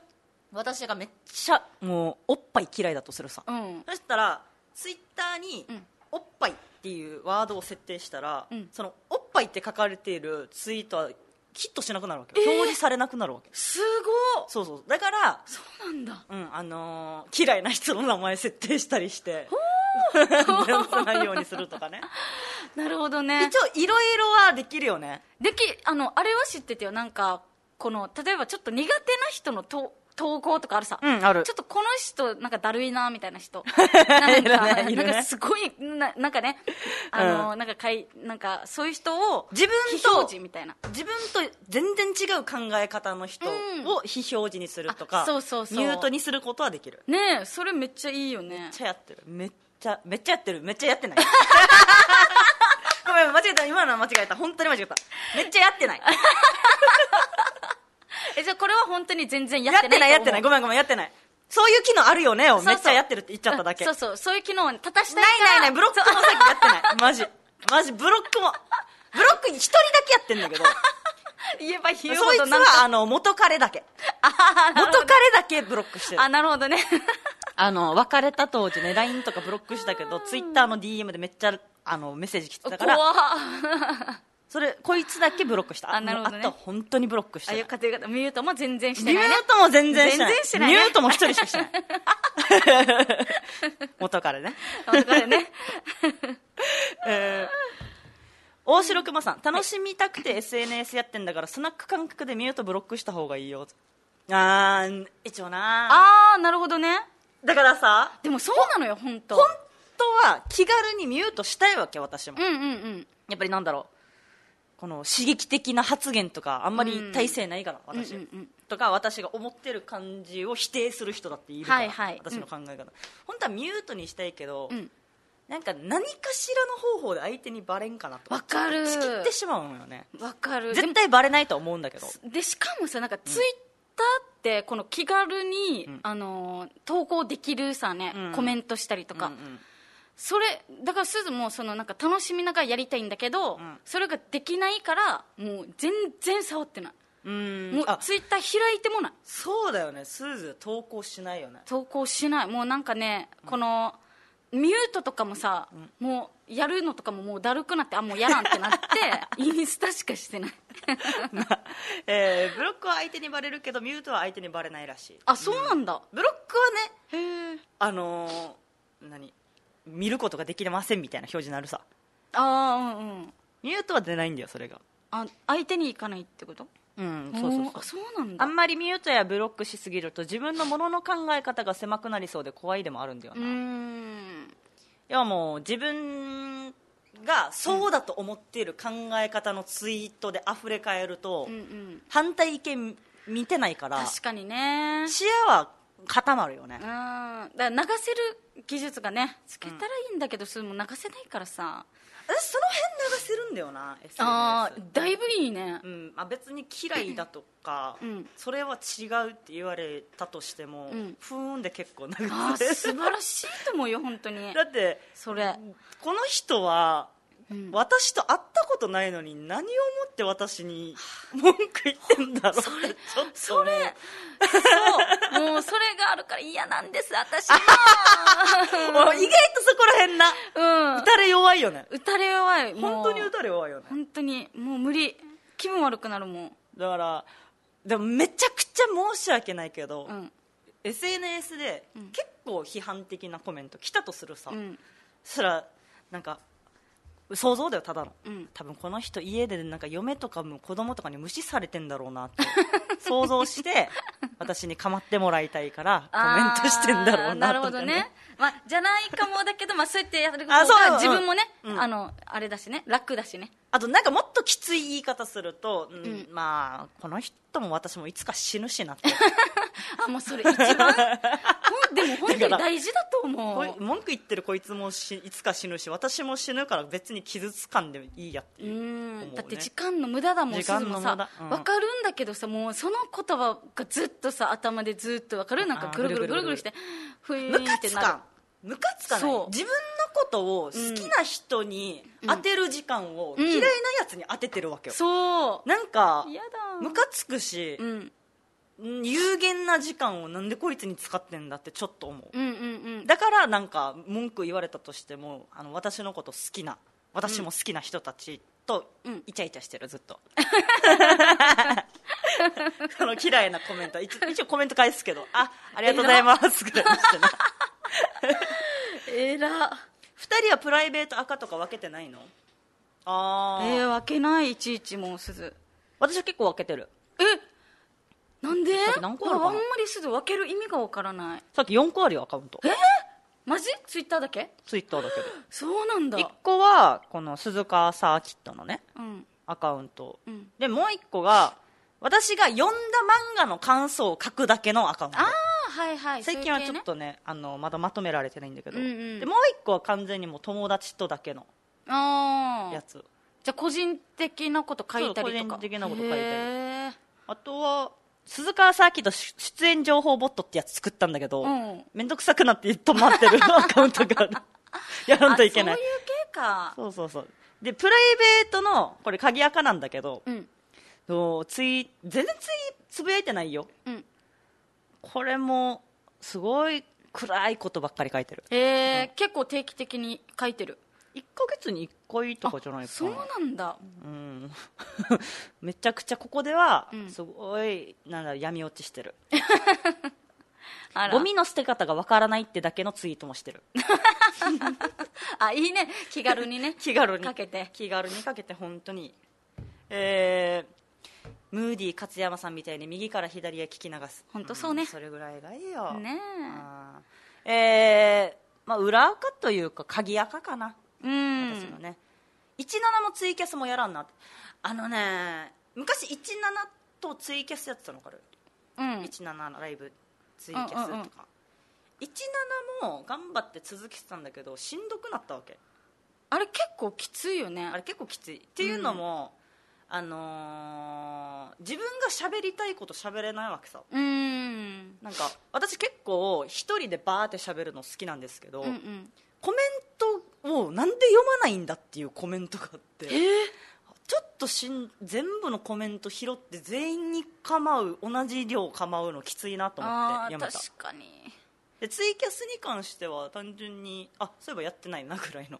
Speaker 1: 私がめっちゃもうおっぱい嫌いだとするさ、
Speaker 2: うん
Speaker 1: そしたらツイッターに
Speaker 2: うん
Speaker 1: 「おっぱい」っていうワードを設定したら、
Speaker 2: うん
Speaker 1: その「おっぱい」って書かれているツイートはヒットしなくなるわけよ、
Speaker 2: えー
Speaker 1: 表示されなくなるわけ
Speaker 2: すごっ
Speaker 1: そうそうだから、
Speaker 2: そうなんだ
Speaker 1: うんあのー嫌いな人の名前設定したりして 出さないようにするとかね
Speaker 2: なるほどね
Speaker 1: 一応いろいろはできるよね
Speaker 2: できあのあれは知っててよなんかこの例えばちょっと苦手な人のと投稿とかあるさ、
Speaker 1: うんある
Speaker 2: ちょっとこの人なんかだるいなみたい な人なん
Speaker 1: いる
Speaker 2: か
Speaker 1: ねいるね
Speaker 2: なんかすごいななんかねあの、なんかかいなんかそういう人を
Speaker 1: 自分
Speaker 2: 非
Speaker 1: と
Speaker 2: 表示みたいな
Speaker 1: 自分と全然違う考え方の人
Speaker 2: うん
Speaker 1: を非表示にするとか、
Speaker 2: あそうそうそう
Speaker 1: ミュートにすることはできる
Speaker 2: ねえそれめっちゃいいよね
Speaker 1: めっちゃやってるめっちゃめっちゃやってるめっちゃやって ないごめん間違えた今のは間違えた本当に間違えためっちゃやってない
Speaker 2: えじゃあこれは本当に全然や
Speaker 1: や
Speaker 2: っ
Speaker 1: ってて
Speaker 2: な
Speaker 1: ない
Speaker 2: い
Speaker 1: やってないごめんごめんやってないそういう機能あるよねを
Speaker 2: そうそ
Speaker 1: め
Speaker 2: う
Speaker 1: っちゃやってるって言っちゃっただけ
Speaker 2: うんそうそうそういう機能を立たしたい
Speaker 1: な
Speaker 2: から
Speaker 1: いないないブロックもさっきやってないマジマジブロックもブロック一人だけやってんだけど
Speaker 2: 言えば言う
Speaker 1: そ
Speaker 2: ほ
Speaker 1: いつ
Speaker 2: どなんか
Speaker 1: はあの元彼だけ元彼だけブロックしてる
Speaker 2: あなるほどね
Speaker 1: あの別れた当時ね LINE とかブロックしたけどツイッターの DM でめっちゃあのメッセージ来てたか
Speaker 2: 怖
Speaker 1: ら
Speaker 2: っ
Speaker 1: それこいつだけブロックした
Speaker 2: あなるほどね
Speaker 1: もうあとは本当にブロックして
Speaker 2: あ
Speaker 1: ない
Speaker 2: よかったよかったミュートも全然して
Speaker 1: ミュー
Speaker 2: ないね
Speaker 1: トも全然してない
Speaker 2: 全然してない
Speaker 1: ミ
Speaker 2: ね
Speaker 1: ュートも一人しかしてない 元からね、
Speaker 2: 本当だ よね
Speaker 1: えー大城くまさん楽しみたくて SNS やってんだからスナック感覚でミュートブロックした方がいいよあー一応な
Speaker 2: ああなるほどね
Speaker 1: だからさ
Speaker 2: でもそうなのよ本当
Speaker 1: 本当は気軽にミュートしたいわけ私も
Speaker 2: うんうんうん
Speaker 1: やっぱりなんだろうこの刺激的な発言とかあんまり体制ないから、
Speaker 2: ん
Speaker 1: 私、
Speaker 2: うんうんうん
Speaker 1: とか私が思ってる感じを否定する人だっているから、
Speaker 2: はいはい
Speaker 1: 私の考え方、本当はミュートにしたいけど、
Speaker 2: ん
Speaker 1: なんか何かしらの方法で相手にバレんかなと
Speaker 2: わかる
Speaker 1: 突き切ってしまうのよね
Speaker 2: わかる
Speaker 1: 絶対バレないと思うんだけど
Speaker 2: でしかもさなんかツイッターってこの気軽に、あのー投稿できるさね、
Speaker 1: うん
Speaker 2: コメントしたりとか、
Speaker 1: うんうん
Speaker 2: それだからすずもそのなんか楽しみながらやりたいんだけど、
Speaker 1: ん
Speaker 2: それができないからもう全然触ってない、
Speaker 1: うーん
Speaker 2: もう
Speaker 1: あ
Speaker 2: ツイッター開いてもない
Speaker 1: そうだよねスーズ投稿しないよ ね
Speaker 2: 投稿しないもうなんかねこのミュートとかもさ、もうやるのとかももうだるくなってあもうやらんってなって インスタしかしてない
Speaker 1: えーブロックは相手にバレるけどミュートは相手にバレないらしい
Speaker 2: あそうなんだ、
Speaker 1: ブロックはね
Speaker 2: へえ
Speaker 1: あのー何見ることができませんみたいな表示になるさ
Speaker 2: ああうんうん
Speaker 1: ミュートは出ないんだよそれが
Speaker 2: あ相手に行かないってこと
Speaker 1: うんそうそう
Speaker 2: おーあそうなん
Speaker 1: あ
Speaker 2: だ
Speaker 1: んまりミュートやブロックしすぎると自分のものの考え方が狭くなりそうで怖いでもあるんだよ
Speaker 2: うー
Speaker 1: な、
Speaker 2: ん
Speaker 1: 要はもう自分がそうだと思っている考え方のツイートで溢れ返ると、
Speaker 2: うんうん
Speaker 1: 反対意見見てないから
Speaker 2: 確かにね
Speaker 1: 視野は固まるよね
Speaker 2: うんだから流せる技術がねつけたらいいんだけど、それも流せないからさ
Speaker 1: 私その辺流せるんだよな SNS
Speaker 2: ああだいぶいいね
Speaker 1: うんまあ、別に嫌いだとか、
Speaker 2: うん
Speaker 1: それは違うって言われたとしても、
Speaker 2: うん
Speaker 1: ふーんで結構流
Speaker 2: ああ
Speaker 1: れ
Speaker 2: 素
Speaker 1: る
Speaker 2: 晴らしいと思うよ本当 に
Speaker 1: だって
Speaker 2: それ
Speaker 1: この人は、
Speaker 2: うん
Speaker 1: 私と会ったことないのに何をもって私に文句言ってんだろうそれちょっと
Speaker 2: それ
Speaker 1: ね
Speaker 2: そうもうそれがあるから嫌なんです私も
Speaker 1: もう意外とそこら辺な
Speaker 2: うん
Speaker 1: 打たれ弱いよね
Speaker 2: 打たれ弱いもう
Speaker 1: 本当に打たれ弱いよね
Speaker 2: 本当にもう無理気分悪くなるもん
Speaker 1: だからでもめちゃくちゃ申し訳ないけど、
Speaker 2: うん
Speaker 1: SNS で結構批判的なコメント来たとするさ、
Speaker 2: うん
Speaker 1: そしたらなんか想像だよただの、
Speaker 2: うん
Speaker 1: 多分この人家でなんか嫁とかも子供とかに無視されてんだろうなって想像して私に構ってもらいたい からコメントしてんだろうな
Speaker 2: あーる
Speaker 1: と
Speaker 2: ほ
Speaker 1: か
Speaker 2: どね、まあ、じゃないかもだけど、まあ、そうやってやる方
Speaker 1: あそう
Speaker 2: が
Speaker 1: うん
Speaker 2: 自分もね
Speaker 1: うん
Speaker 2: あのあれだしね楽だしね
Speaker 1: あとなんかもっときつい言い方すると、うん
Speaker 2: うん
Speaker 1: まあこの人も私もいつか死ぬしなって
Speaker 2: あもうそれ一 番ほんでも本当
Speaker 1: だ
Speaker 2: に
Speaker 1: から
Speaker 2: 大事だと思
Speaker 1: こ
Speaker 2: う
Speaker 1: い文句言ってるこいつもしいつか死ぬし私も死ぬから別に傷つかんでいいやって
Speaker 2: う
Speaker 1: いう、
Speaker 2: ん
Speaker 1: 思うね
Speaker 2: だって時間の無駄だもん
Speaker 1: 時間
Speaker 2: すず
Speaker 1: の
Speaker 2: も
Speaker 1: 無
Speaker 2: さ
Speaker 1: 駄
Speaker 2: わ、
Speaker 1: うん
Speaker 2: かるんだけどさもうその言葉がずっとさ頭でずっとわかるなんか
Speaker 1: あー
Speaker 2: ぐるぐる
Speaker 1: ぐ
Speaker 2: ぐ
Speaker 1: る
Speaker 2: る
Speaker 1: ぐる
Speaker 2: ぐるしてふい
Speaker 1: ム
Speaker 2: ー
Speaker 1: カ
Speaker 2: って
Speaker 1: つ
Speaker 2: なる
Speaker 1: かんムカつかない
Speaker 2: そう
Speaker 1: 自分のことを好きな人に当てる時間を
Speaker 2: うん
Speaker 1: 嫌いなやつに当ててるわけよ、
Speaker 2: そう
Speaker 1: なんか
Speaker 2: 嫌だ
Speaker 1: ムカつくし
Speaker 2: う、ん
Speaker 1: うん有限な時間をなんでこいつに使ってんだってちょっと思
Speaker 2: うんうんうん
Speaker 1: うだからなんか文句言われたとしてもあの私のこと好きな私も好きな人たちと
Speaker 2: うん
Speaker 1: イチャイチャしてるずっ とその嫌いなコメント一一応コメント返すけどあありがとうございます ぐらいにしてな
Speaker 2: えら
Speaker 1: 2人はプライベート赤とか分けてないのあ
Speaker 2: え
Speaker 1: あ、
Speaker 2: ー、分けないいちいちもうすず
Speaker 1: 私は結構分けてる
Speaker 2: えなんで
Speaker 1: さっき何個あるかな
Speaker 2: あんまりすぐ分ける意味がわからない
Speaker 1: さっき4個あるよアカウント
Speaker 2: マジツイッターだけ
Speaker 1: ツイッターだけで
Speaker 2: そうなんだ
Speaker 1: 1個はこの鈴鹿サーキットのね
Speaker 2: うん
Speaker 1: アカウント、
Speaker 2: うん
Speaker 1: でもう1個が私が読んだ漫画の感想を書くだけのアカウント
Speaker 2: ああはいはい
Speaker 1: 最近はちょっ
Speaker 2: そういう
Speaker 1: とねあのまだまとめられてないんだけど、
Speaker 2: うんうん
Speaker 1: でもう1個は完全にもう友達とだけの
Speaker 2: 系ねあ
Speaker 1: や
Speaker 2: あ
Speaker 1: つ
Speaker 2: じゃあ個人的なこと書いた
Speaker 1: そ
Speaker 2: りとか
Speaker 1: う個人的なこと書いたり
Speaker 2: へー
Speaker 1: あとは鈴川サーキット出演情報ボットってやつ作ったんだけど、
Speaker 2: うん
Speaker 1: めんどくさくなって止まって るアカウントがあるやらんといけない
Speaker 2: あそういう系か
Speaker 1: そうそうそうでプライベートのこれ鍵垢なんだけど
Speaker 2: うん
Speaker 1: そうツイ全然ツイつぶやいてないよ
Speaker 2: うん
Speaker 1: これもすごい暗いことばっかり書いてる
Speaker 2: へえ、結構定期的に書いてる
Speaker 1: 1ヶ月に1回とかじゃないか
Speaker 2: そう
Speaker 1: な
Speaker 2: なんだ
Speaker 1: うん めちゃくちゃここでは
Speaker 2: うん
Speaker 1: すごい、なんだ闇落ちしてる
Speaker 2: あら
Speaker 1: ゴミの捨て方がわからないってだけのツイートもして る
Speaker 2: あいいね気軽にね
Speaker 1: 気軽に
Speaker 2: かけて
Speaker 1: 気軽にかけて本当にえームーディー勝山さんみたいに右から左へ聞き流す
Speaker 2: ほんとそうね
Speaker 1: んそれぐらいがいいよ
Speaker 2: ね
Speaker 1: あーえーまあ、裏垢というか鍵垢かな、
Speaker 2: えうん
Speaker 1: 私のね17もツイキャスもやらんなあのね昔17とツイキャスやってたの分かる
Speaker 2: うん
Speaker 1: 17ライブツイキャスとか、
Speaker 2: うんうんうん
Speaker 1: 17も頑張って続けてたんだけどしんどくなったわけ
Speaker 2: あれ結構きついよね
Speaker 1: あれ結構きついっていうのも、あのー自分が喋りたいこと喋れないわけさ
Speaker 2: うーん
Speaker 1: なんか私結構一人でバーって喋るの好きなんですけど、
Speaker 2: うんうん
Speaker 1: コメントをなんで読まないんだっていうコメントがあって
Speaker 2: えー
Speaker 1: ちょっとしん全部のコメント拾って全員に構う同じ量構うのきついなと思っ
Speaker 2: あ
Speaker 1: て
Speaker 2: ー
Speaker 1: やめた
Speaker 2: 確かに
Speaker 1: でツイキャスに関しては単純にあそういえばやってないなぐらいの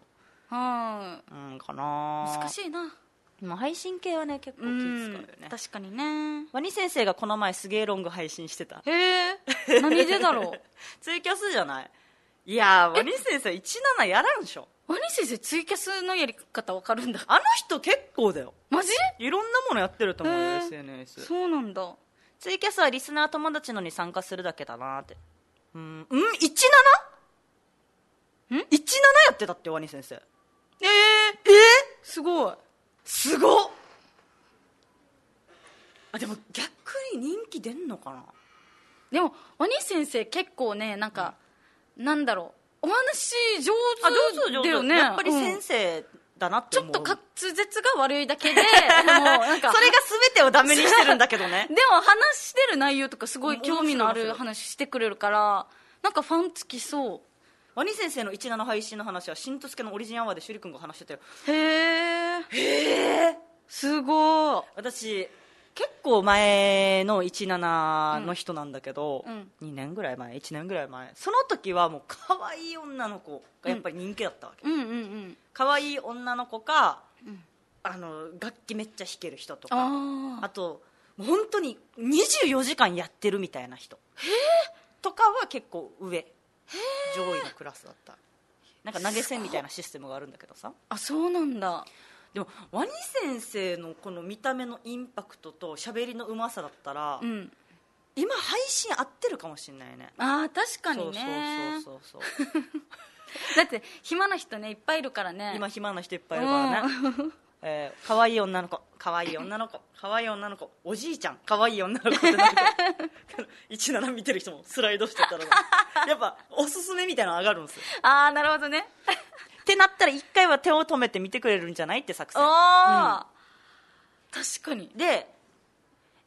Speaker 2: は
Speaker 1: うんかな
Speaker 2: 難しいな
Speaker 1: まあ配信系はね結構気使うよね
Speaker 2: うん確かにね
Speaker 1: ワニ先生がこの前すげえロング配信してた
Speaker 2: へえ 何でだろ
Speaker 1: ツイキャスじゃないいやーワニ先生17やらんでしょ
Speaker 2: うワニ先生ツイキャスのやり方わかるんだ
Speaker 1: あの人結構だよ
Speaker 2: マジ
Speaker 1: いろんなものやってると思うよ
Speaker 2: へー
Speaker 1: SNS
Speaker 2: そうなんだ
Speaker 1: ツイキャスはリスナー友達のに参加するだけだなーってうん、うん、17? ん ?17 やってたってワニ先生
Speaker 2: ええ
Speaker 1: えー、
Speaker 2: すごい
Speaker 1: すごっあでも逆に人気出んのかな
Speaker 2: でもワニ先生結構ねなんか、なんだろうお話上
Speaker 1: あ上手
Speaker 2: 手
Speaker 1: 上
Speaker 2: だ
Speaker 1: 手
Speaker 2: よね
Speaker 1: やっぱり
Speaker 2: う
Speaker 1: 先
Speaker 2: ん
Speaker 1: 生だなって
Speaker 2: ちょ
Speaker 1: 思う、
Speaker 2: っと滑
Speaker 1: そ
Speaker 2: 舌が悪い だけでもうなんか
Speaker 1: れが全てをダメにしてるんだけど ね
Speaker 2: でも話してる内容とかすごい興味のある話してくれるからなんかファンつきそ
Speaker 1: ワニ先生の17配信の話はしんとすけのオリジンアワーで趣里君が話してたよ
Speaker 2: うへえすごい
Speaker 1: 私結構前の17の人なんだけど、
Speaker 2: うん
Speaker 1: 2年ぐらい前1年ぐらい前その時はもう可愛い女の子がやっぱり人気だったわけ、
Speaker 2: うんうんうん
Speaker 1: 可愛い女の子か、あの楽器めっちゃ弾ける人とか
Speaker 2: あ
Speaker 1: あともう本当に24時間やってるみたいな人とかは結構上上位のクラスだったなんか投げ銭みたいなシステムがあるんだけどさ
Speaker 2: あそうなんだ
Speaker 1: でもワニ先生のこの見た目のインパクトと喋りのうまさだったら、
Speaker 2: うん
Speaker 1: 今配信合ってるかもしれないね
Speaker 2: あー確かにね
Speaker 1: そうそうそうそう
Speaker 2: だって暇な人ねいっぱいいるから ね
Speaker 1: 今暇な人いっぱいいるからね、えー、可愛い女の子可愛い女の子可愛い女の子おじいちゃん可愛い女の子ってなる けど17見てる人もスライドしてたら やっぱおすすめみたいなの上がるんですよ
Speaker 2: ああなるほどね
Speaker 1: ってなったら一回は手を止めて見てくれるんじゃないって作
Speaker 2: お
Speaker 1: 戦
Speaker 2: ー確かに
Speaker 1: で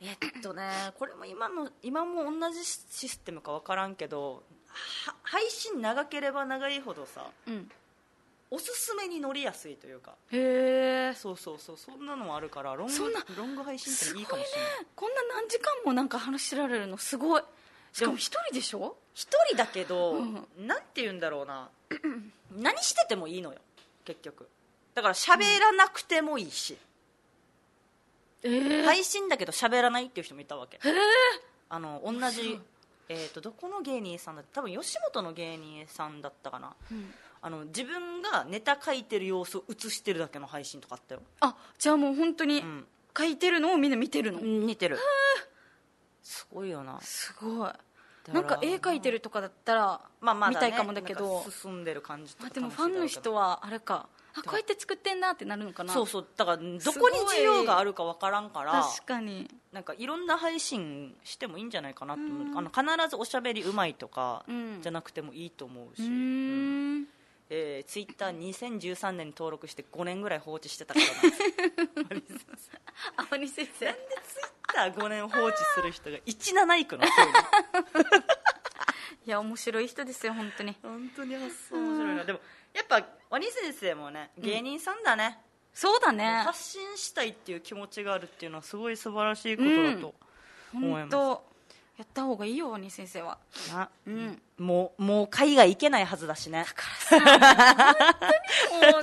Speaker 1: えっとねこれも今の今も同じシステムか分からんけどは配信長ければ長いほどさ
Speaker 2: うん
Speaker 1: おすすめに乗りやすいというか
Speaker 2: へえ
Speaker 1: そうそうそうそんなのもあるからロン
Speaker 2: そん
Speaker 1: グ
Speaker 2: な
Speaker 1: ロング配信っていいかもしれない
Speaker 2: こんな何時間もなんか話しられるのすごいしか
Speaker 1: で
Speaker 2: も
Speaker 1: も
Speaker 2: 一人でしょ
Speaker 1: 一人だけど、なんて言うんだろうな何しててもいいのよ結局だから喋らなくてもいいし、
Speaker 2: ええ
Speaker 1: 配信だけど喋らないっていう人もいたわけあの同じ、えー、とどこの芸人さんだった多分吉本の芸人さんだったかな、あの自分がネタ書いてる様子を映してるだけの配信とかあったよ、
Speaker 2: あじゃあもう本当に
Speaker 1: ん
Speaker 2: 書いてるのをみんな見てるの、
Speaker 1: 似てるすごいよな
Speaker 2: すごい
Speaker 1: ら
Speaker 2: なんか絵描いてるとかだったら
Speaker 1: まあまだ、ね、
Speaker 2: 見たいかもだけど、
Speaker 1: なんか進んでる感じと
Speaker 2: ま
Speaker 1: か
Speaker 2: あ、でもファンの人
Speaker 1: は
Speaker 2: はあれかあこうやって作ってんなってなるのかな
Speaker 1: そうそうだからどこに需要があるかわからんから
Speaker 2: 確かに
Speaker 1: なんかいろんな配信してもいいんじゃないかなと思う、あの必ずおしゃべりうまいとか
Speaker 2: うん
Speaker 1: じゃなくてもいいと思う
Speaker 2: う
Speaker 1: し、
Speaker 2: ーん
Speaker 1: えー、ツイッター2013年に登録して5年ぐらい放置してたから なんです
Speaker 2: 青鬼 先生
Speaker 1: ツイッター5年放置する人が17いくのそういうの
Speaker 2: いや面白い人ですよ本当に
Speaker 1: 本当に発想面白いなでもやっぱ鬼先生もね芸人さんだね、
Speaker 2: そうだね
Speaker 1: 発信したいっていう気持ちがあるっていうのはすごい素晴らしいことだと思いま
Speaker 2: 本当やった方がいいよ鬼先生は
Speaker 1: す、な
Speaker 2: うん
Speaker 1: もうもう海外行けないはずだしね
Speaker 2: も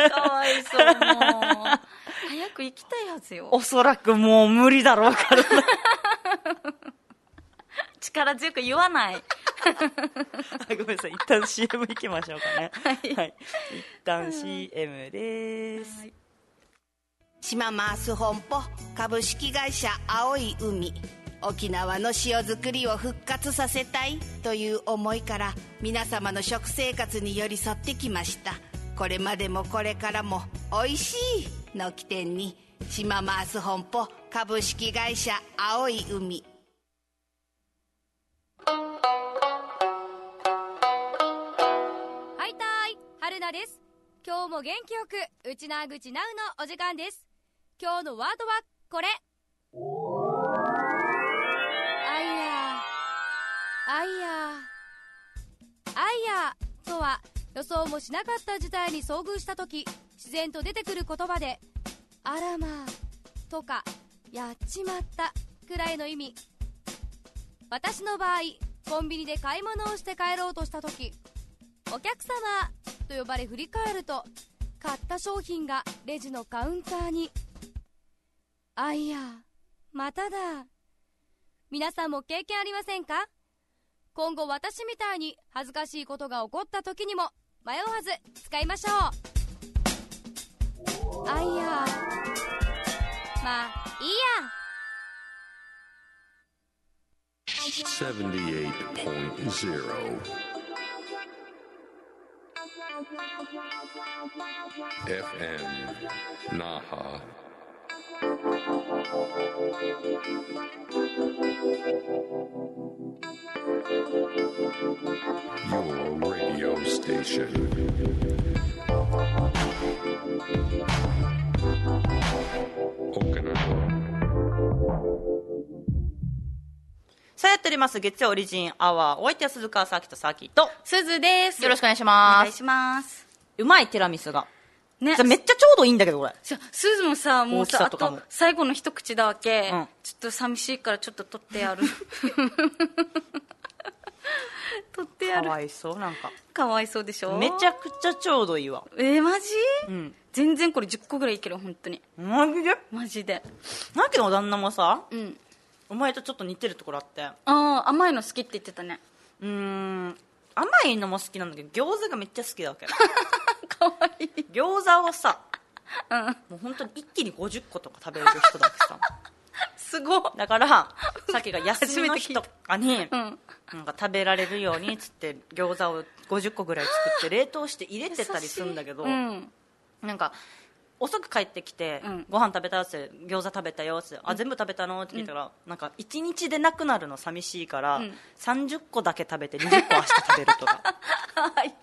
Speaker 2: うかわいそうもう早く行きたいはずよ
Speaker 1: おそらくもう無理だろうから
Speaker 2: 力強く言わない
Speaker 1: はいごめんなさい一旦 CM 行きましょうかねはい、一旦 CM です、
Speaker 3: 島マース本舗株式会社青い海沖縄の塩作りを復活させたいという思いから皆様の食生活に寄り添ってきましたこれまでもこれからも「おいしい」の起点に島マース本舗株式会社青い海
Speaker 4: はいたーい春菜です今日も元気よくうちなーぐちなうのお時間です今日のワードはこれあいやーあいやーあいやーとは予想もしなかった事態に遭遇した時自然と出てくる言葉であらまあとかやっちまったくらいの意味私の場合コンビニで買い物をして帰ろうとした時お客様と呼ばれ振り返ると買った商品がレジのカウンターにあいやまただ皆さんも経験ありませんか今後私みたいに恥ずかしいことが起こった時にも迷わず使いましょうあいやまあいいや
Speaker 5: 78.0 FM Naha your radio station. Okinawa.
Speaker 1: さあやっております月曜オリジンアワーお相手は鈴川サーキとサーキと
Speaker 2: すずです
Speaker 1: よろしくお願いし
Speaker 2: お
Speaker 1: ま
Speaker 2: 願い
Speaker 1: す
Speaker 2: します
Speaker 1: うまいティラミスが
Speaker 2: ね
Speaker 1: じゃあめっちゃちょうどいいんだけどこれ
Speaker 2: そうすずもさもう
Speaker 1: 大き
Speaker 2: さ
Speaker 1: さ
Speaker 2: あ
Speaker 1: とかも
Speaker 2: と最後の一口だわけ、
Speaker 1: うん
Speaker 2: ちょっと寂しいからちょっと取って やる取ってや
Speaker 1: か
Speaker 2: る
Speaker 1: わいそうなんか
Speaker 2: かわいそうでしょ
Speaker 1: めちゃくちゃちょうどいいわ
Speaker 2: えーマジ、
Speaker 1: うん
Speaker 2: 全然これ10個ぐらいいける本当に
Speaker 1: マジで
Speaker 2: マジで
Speaker 1: なんけど旦那もさ
Speaker 2: うん
Speaker 1: お前とちょっと似てるところあって
Speaker 2: ああ甘いの好きって言ってたね
Speaker 1: うーん甘いのも好きなんだけど餃子がめっちゃ好きだわけ
Speaker 2: かわいい
Speaker 1: 餃子をさ
Speaker 2: うん
Speaker 1: もう本当に一気に50個とか食べれる人だわけさ
Speaker 2: すごっ
Speaker 1: だからさっきが休みの日とかに
Speaker 2: うん
Speaker 1: なんか食べられるようにっつって餃子を50個ぐらい作って冷凍して入れてたりするんだけど、
Speaker 2: うん
Speaker 1: なんか遅く帰ってきて、
Speaker 2: うん
Speaker 1: ご飯食べたっつって餃子食べたよっつって、あ全部食べたのって聞いたら、なんか1日でなくなるの寂しいから、
Speaker 2: ん
Speaker 1: 30個だけ食べて20個明日食べるとか
Speaker 2: はい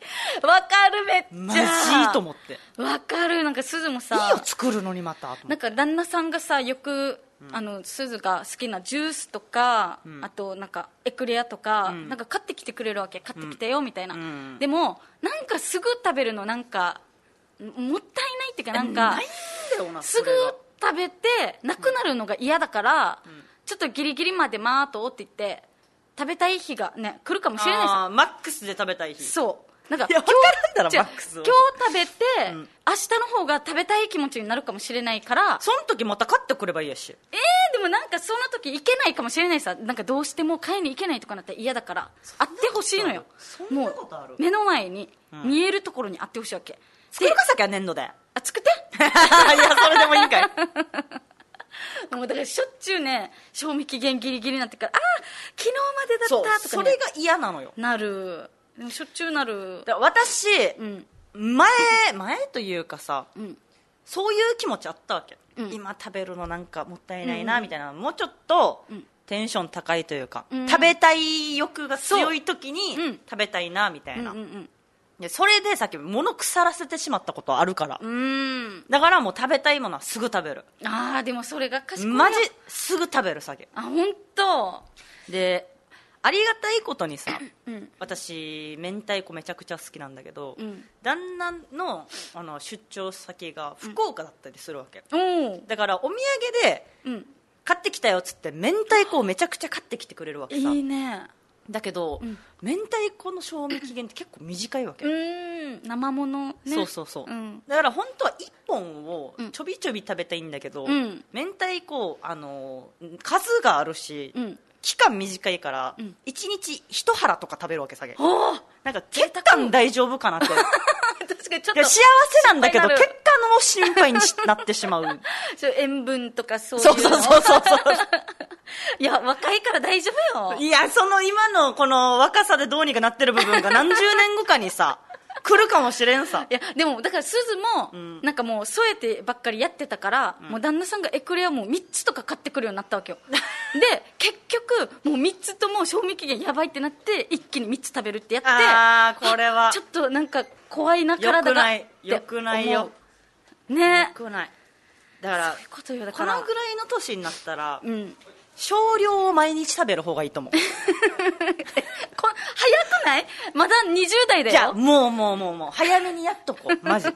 Speaker 2: わかるめっちゃ
Speaker 1: マジいいと思っていい
Speaker 2: わかるなんかすずもさ
Speaker 1: よ作るのにまたと思
Speaker 2: な
Speaker 1: っ
Speaker 2: ん
Speaker 1: て
Speaker 2: か旦那さんがさよく、あのすずが好きなジュースとか、あとなんかエクレアとか、なんか買ってきてくれるわけ買ってきてよみたいな、
Speaker 1: ん
Speaker 2: でもなんかすぐ食べるのなんかもったいないっていうかなんか
Speaker 1: ないんだよな
Speaker 2: す
Speaker 1: そ
Speaker 2: ぐ
Speaker 1: れが
Speaker 2: 食べてなくなるのが嫌だから、ちょっとギリギリまで待とうって言って食べたい日がね来るかもしれないさ
Speaker 1: あーマックスで食べたい日
Speaker 2: そうなんか
Speaker 1: いやわ
Speaker 2: 今日
Speaker 1: からんだ
Speaker 2: 違
Speaker 1: ろ
Speaker 2: う
Speaker 1: マックス
Speaker 2: 今
Speaker 1: を
Speaker 2: 日食べて、明日の方が食べたい気持ちになるかもしれないから
Speaker 1: その時また買ってくればいいやし
Speaker 2: えー、でもなんかその時行けないかもしれないさなんかどうしても買いに行けないとかなったら嫌だからあってほしいのよ
Speaker 1: そんなことある
Speaker 2: もう目の前に、
Speaker 1: ん
Speaker 2: 見えるところにあってほしいわけ
Speaker 1: 作るか先は粘土で いや
Speaker 2: あ作って
Speaker 1: それでもいいんかい
Speaker 2: もうだからしょっちゅうね賞味期限ギリギリになってからああ昨
Speaker 1: そ
Speaker 2: 日ま
Speaker 1: う
Speaker 2: でだったと
Speaker 1: そ
Speaker 2: か、ね、
Speaker 1: れが嫌なのよ
Speaker 2: なるでもしょっちゅうなる
Speaker 1: だから私、
Speaker 2: うん
Speaker 1: 前前というかさ、
Speaker 2: ん
Speaker 1: そういう気持ちあったわけ、
Speaker 2: うん
Speaker 1: 今食べるのなんかもったいないなみたいな、もうちょっと、テンション高いというか、
Speaker 2: ん
Speaker 1: 食べたい欲が強い時に
Speaker 2: そううん
Speaker 1: 食べたいなみた
Speaker 2: う
Speaker 1: い
Speaker 2: んう
Speaker 1: な、
Speaker 2: ん
Speaker 1: でそれでさっき物腐らせてしまったことあるから、
Speaker 2: うんうん
Speaker 1: だからもう食べたいものはすぐ食べる
Speaker 2: ああでもそれが賢いな
Speaker 1: マジすぐ食べるさっき
Speaker 2: あ本当
Speaker 1: でありがたいことにさ、
Speaker 2: うん
Speaker 1: 私明太子めちゃくちゃ好きなんだけど、
Speaker 2: うん
Speaker 1: 旦那のあの出張先が福岡だったりするわけ、
Speaker 2: おう
Speaker 1: だからお土産で
Speaker 2: うん
Speaker 1: 買ってきたよっつって明太子をめちゃくちゃ買ってきてくれるわけさ
Speaker 2: いいね
Speaker 1: だけど、明太子の賞味期限って結構短いわけ、
Speaker 2: うん生ものね
Speaker 1: そうそうそう、
Speaker 2: ん
Speaker 1: だから本当は1本をちょびちょび食べたいんだけど、
Speaker 2: うん
Speaker 1: 明太子あの数があるし、
Speaker 2: うん
Speaker 1: 期間短いから、
Speaker 2: ん
Speaker 1: 一日一腹とか食べるわけさげ
Speaker 2: おお
Speaker 1: なんか血管大丈夫か なってい
Speaker 2: 確かにちょっと
Speaker 1: や幸せなんだけど
Speaker 2: 心配
Speaker 1: 血管の心配
Speaker 2: になる
Speaker 1: にしなってしまう
Speaker 2: ちょ塩分とかそういう
Speaker 1: そう
Speaker 2: の
Speaker 1: そうそうそう
Speaker 2: いや若いから大丈夫よ
Speaker 1: いやその今のこの若さでどうにかなってる部分が何十年後かにさ来るかもしれんさ
Speaker 2: いやでもだからすずも、
Speaker 1: ん
Speaker 2: なんかもう添えてばっかりやってたから、もう旦那さんがエクレアもう3つとか買ってくるようになった わけよで結局もう3つとも賞味期限やばいってなって一気に3つ食べるってやって
Speaker 1: あーこれは
Speaker 2: ちょっとなんか怖いな
Speaker 1: よ
Speaker 2: 体
Speaker 1: く
Speaker 2: が
Speaker 1: ないよくないよ
Speaker 2: ね
Speaker 1: よくないだから
Speaker 2: そういうことよだ
Speaker 1: こ
Speaker 2: から
Speaker 1: のぐらいの年になったら、
Speaker 2: うん
Speaker 1: 少量を毎日食べる方がいいと思う
Speaker 2: こ早くないまだ20代だよ
Speaker 1: じゃあもうもうもうもう早めにやっとこ うマジ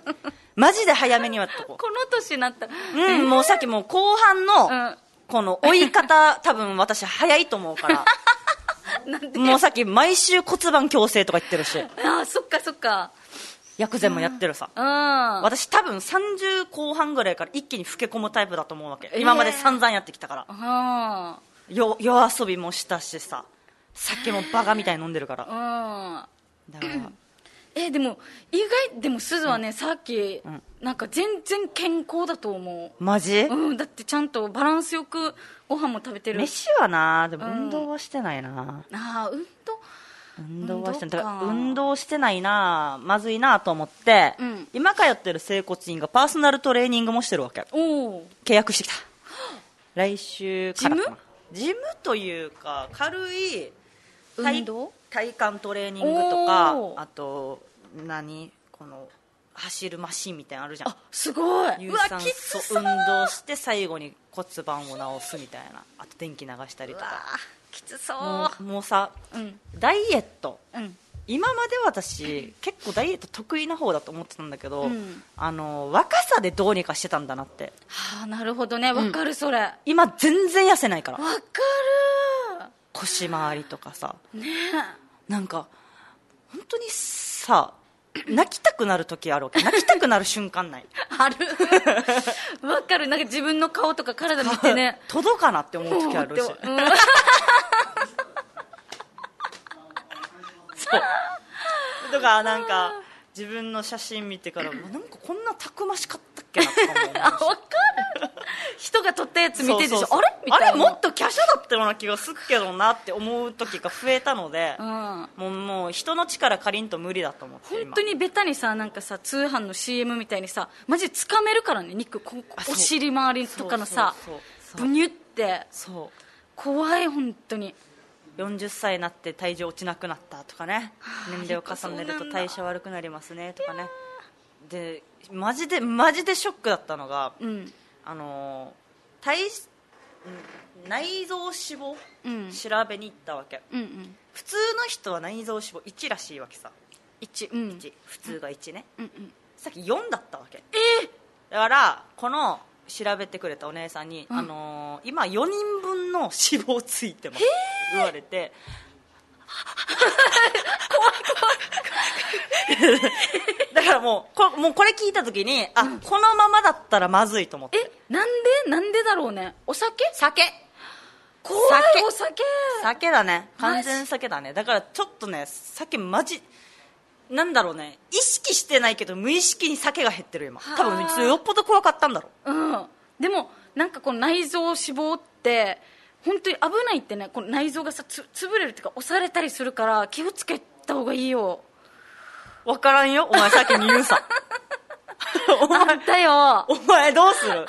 Speaker 1: マジで早めにやっとこう
Speaker 2: この年になったら
Speaker 1: うん、もうさっきもう後半
Speaker 2: う
Speaker 1: の
Speaker 2: ん、
Speaker 1: この追い方、多分私早いと思う から。もうさっき毎週骨盤矯正とか言ってるし、
Speaker 2: あーそっかそっか
Speaker 1: 薬膳もやってるさ。
Speaker 2: うんあ
Speaker 1: 私多分30後半ぐらいから一気に老け込むタイプだと思うわけ。
Speaker 2: え
Speaker 1: 今まで散々やってきたから。
Speaker 2: あ
Speaker 1: よ夜遊びもしたしさ。酒もバカみたいに飲んでるから。
Speaker 2: うん
Speaker 1: だ から、
Speaker 2: えでも意外でもすずはね、さっき、
Speaker 1: ん
Speaker 2: なんか全然健康だと思
Speaker 1: マジ
Speaker 2: う、うん、だってちゃんとバランスよくご飯も食べてる
Speaker 1: 飯はな、でも
Speaker 2: うん
Speaker 1: 運動はしてないな。
Speaker 2: ああ運動
Speaker 1: 運動はしてない
Speaker 2: 運動
Speaker 1: だ
Speaker 2: か
Speaker 1: から運動してないなまずいなと思って、
Speaker 2: うん
Speaker 1: 今通ってる整骨院がパーソナルトレーニングもしてるわけ
Speaker 2: おお
Speaker 1: 契約 してきた来週からかな
Speaker 2: ジ
Speaker 1: ジムというか軽い体
Speaker 2: 運動
Speaker 1: 体幹トレーニングとか
Speaker 2: おー
Speaker 1: あと何この走るマシンみたいなのあるじゃん
Speaker 2: あすごいう
Speaker 1: 有
Speaker 2: わ
Speaker 1: 酸
Speaker 2: きつ
Speaker 1: 素
Speaker 2: そう
Speaker 1: 運動して最後に骨盤を直すみたいなあと電気流したりと
Speaker 2: あ
Speaker 1: か
Speaker 2: ーきつそう
Speaker 1: もうもうさ
Speaker 2: うん
Speaker 1: ダイエット
Speaker 2: うん
Speaker 1: 今まで私結構ダイエット得意な方だと思ってたんだけど、
Speaker 2: うん
Speaker 1: あの若さでどうにかしてたんだなって
Speaker 2: はあなるほどねわかるそれわ、
Speaker 1: 今全然痩せないから
Speaker 2: か
Speaker 1: 腰回りとかさ
Speaker 2: るね
Speaker 1: なんか本当にさ泣きたくなる時あるわけ泣きたくなる瞬間ない
Speaker 2: あるわかるなんか自分の顔とか体見て ね
Speaker 1: 届かなって思う時あるし、
Speaker 2: うん
Speaker 1: そうとかなんか自分の写真見てからもうなんかこんなたくましかったっけなとかも思うし
Speaker 2: あわかる人が撮ったやつ見てでしょ
Speaker 1: そうそうそう
Speaker 2: あれみたいな
Speaker 1: あれもっと華奢だったような気がするけどなって思う時が増えたので、
Speaker 2: うん
Speaker 1: もうもう人の力借りんと無理だと思って
Speaker 2: 本当にベタにさなんかさ通販の CM みたいにさマジで掴めるからね肉ここ
Speaker 1: あそう
Speaker 2: お尻周りとかのさ
Speaker 1: そうそうそう
Speaker 2: ブニュって
Speaker 1: そ
Speaker 2: 怖い本当に
Speaker 1: う40歳になって体重落ちなくなったとかね年齢を重ねる
Speaker 2: そうな
Speaker 1: と
Speaker 2: んだ
Speaker 1: 代謝悪くなりますねとかねでマジでマジでショックだったのが、
Speaker 2: うん
Speaker 1: あのー体ん内臓脂肪
Speaker 2: うん
Speaker 1: 調べに行ったわけ、
Speaker 2: うんうん
Speaker 1: 普通の人は内臓脂肪1らしいわけさ
Speaker 2: 一うん
Speaker 1: 1普通が1ね、
Speaker 2: うんうん
Speaker 1: さっき4だったわけだからこの調べてくれたお姉さんに、あのー今4人分の脂肪ついてます言われて怖い怖い だからもうこもうこれ聞いた時にあ、このままだったらまずいと思って
Speaker 2: えなんでなんでだろうねお酒
Speaker 1: 酒
Speaker 2: 怖い
Speaker 1: 酒
Speaker 2: お酒
Speaker 1: 酒だね
Speaker 2: マ
Speaker 1: 完
Speaker 2: ジ
Speaker 1: 全酒だねだからちょっとね酒マジなんだろうね意識してないけど無意識に酒が減ってる今多分
Speaker 2: はあ
Speaker 1: それよっぽど怖かったんだろう
Speaker 2: うんでもなんかこの内臓脂肪って本当に危ないってねこの内臓がさつ潰れるっていうか押されたりするから気をつけた方がいいよ
Speaker 1: 分からんよお前先に言う さお
Speaker 2: あ
Speaker 1: 前
Speaker 2: んたよ
Speaker 1: お前どうする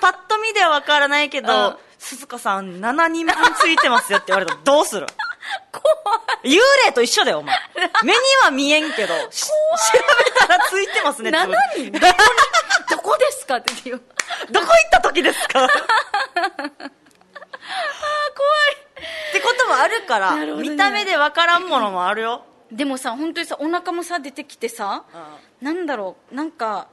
Speaker 1: パッと見では分からないけど、
Speaker 2: うん
Speaker 1: 鈴鹿さん7人分ついてますよって言われたらどうする幽霊と一緒だよお前目には見えんけどし調べたらついてますねって
Speaker 2: 7
Speaker 1: 言われ
Speaker 2: 人どこに どこですかって 言う
Speaker 1: てどこ行った時ですかあー怖いってこともあるから
Speaker 2: なるほどね
Speaker 1: 見た目で分からんものもあるよ、
Speaker 2: でもさ本当にさお腹もさ出てきてさ、なんだろうなんか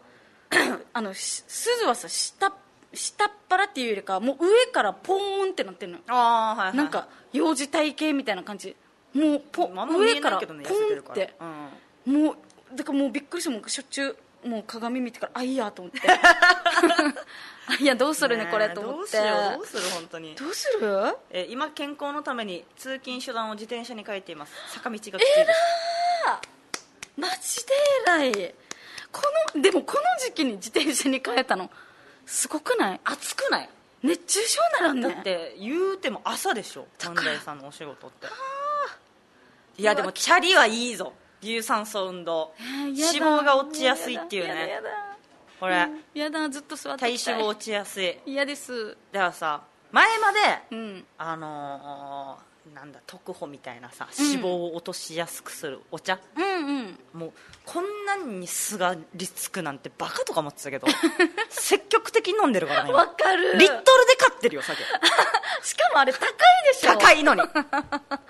Speaker 2: あのし鈴はさ下下っ腹っていうよりかはもう上からポーンってなってるのよ
Speaker 1: ああはい、はい、
Speaker 2: なんか幼児体型みたいな感じもうポ
Speaker 1: まああんま見
Speaker 2: 上
Speaker 1: え
Speaker 2: か
Speaker 1: ない
Speaker 2: ら
Speaker 1: け
Speaker 2: ポ
Speaker 1: ど
Speaker 2: ン
Speaker 1: ね
Speaker 2: っ
Speaker 1: 痩せてるから
Speaker 2: て
Speaker 1: うん
Speaker 2: もうだからもうびっくりしてもうしょっちゅうもう鏡見てからあいやと 思ってあいやどうするねこれと思って
Speaker 1: ねえどうしようどうする本当に
Speaker 2: どうする
Speaker 1: えー今健康のために通勤手段を自転車に変えています坂道がきついです
Speaker 2: マジで偉いこのでもこの時期に自転車に変えたのすごくない
Speaker 1: 暑くない
Speaker 2: 熱中症ならんね
Speaker 1: だって言うても朝でしょ安西さんのお仕事っていやで
Speaker 2: う
Speaker 1: も
Speaker 2: わ
Speaker 1: キャリはいいぞ有酸素運動
Speaker 2: え
Speaker 1: 脂
Speaker 2: ーやだ
Speaker 1: 肪が落ちやすいっていう
Speaker 2: やだ
Speaker 1: ね
Speaker 2: やだ
Speaker 1: これ
Speaker 2: やだずっと座って
Speaker 1: 体
Speaker 2: きたい
Speaker 1: 脂肪落ちやすい
Speaker 2: 嫌です
Speaker 1: だからさ前まで
Speaker 2: うん
Speaker 1: あのーなんだ特保みたいなさ脂肪を落としやすくするお茶、
Speaker 2: うんうん
Speaker 1: もうこんなんにすがりつくなんてバカとか思ってた けど積極的に飲んでるからね今
Speaker 2: わかる
Speaker 1: リットルで買ってるよ酒
Speaker 2: しかもあれ高いでしょ
Speaker 1: 高いのに
Speaker 2: こんな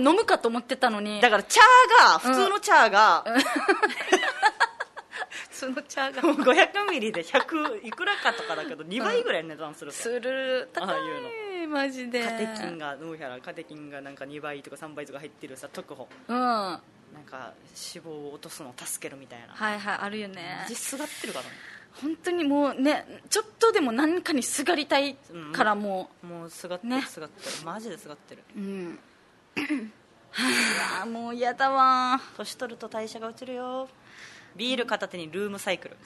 Speaker 2: の飲むかと思ってたのに
Speaker 1: だか
Speaker 2: か
Speaker 1: らチャーが普通のチャーが、
Speaker 2: らその茶が
Speaker 1: もう500ミリで100いくらかとかだけど2倍ぐらい値段すると、
Speaker 2: する高い
Speaker 1: ああい
Speaker 2: マジで
Speaker 1: カテキンがノーヒャラカテキンがなんか2倍とか3倍とか入ってるさ特保
Speaker 2: うんは
Speaker 1: なんか脂肪を落とすのを助けるみたいない
Speaker 2: はいあるよね
Speaker 1: 実すがってるからね
Speaker 2: 本当にもうねちょっとでも何かにすがりたいからも
Speaker 1: もうすがってる
Speaker 2: ね
Speaker 1: すがってるマジですがってる
Speaker 2: ううん、はあもう嫌だわ
Speaker 1: 年取ると代謝が落ちるよビール片手にルームサイ クル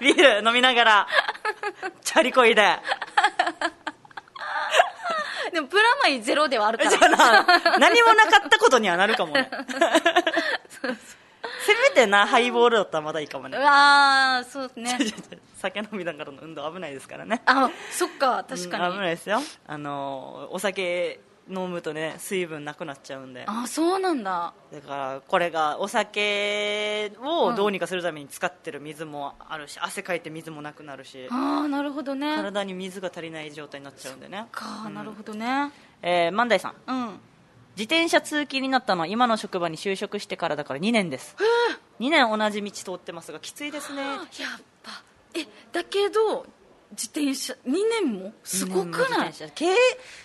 Speaker 1: ビール飲みながらチャリこいで
Speaker 2: でもプラマイゼロではあるか
Speaker 1: じゃ
Speaker 2: ら
Speaker 1: あな何もなかったことにはなるかもねせめてなハイボールだったらまだいいかも
Speaker 2: う
Speaker 1: ね
Speaker 2: わーそうね
Speaker 1: 酒飲みながらの運動危ないですからね
Speaker 2: あそっか確か
Speaker 1: うん
Speaker 2: に、
Speaker 1: 危ないですよあのお酒飲むとね水分なくなっちゃうんで
Speaker 2: あそうなんだ
Speaker 1: だからこれがお酒をどうにかするために使ってる水もあるし、汗かいて水もなくなるし
Speaker 2: ああなるほどね
Speaker 1: 体に水が足りない状態になっちゃうんでね
Speaker 2: かあなるほどね
Speaker 1: えー万代さん
Speaker 2: うん
Speaker 1: 自転車通勤になったのは今の職場に就職してからだから2年です2年同じ道通ってますがきついですね
Speaker 2: やっぱえだけど自転車2年もすごくない
Speaker 1: 自転車継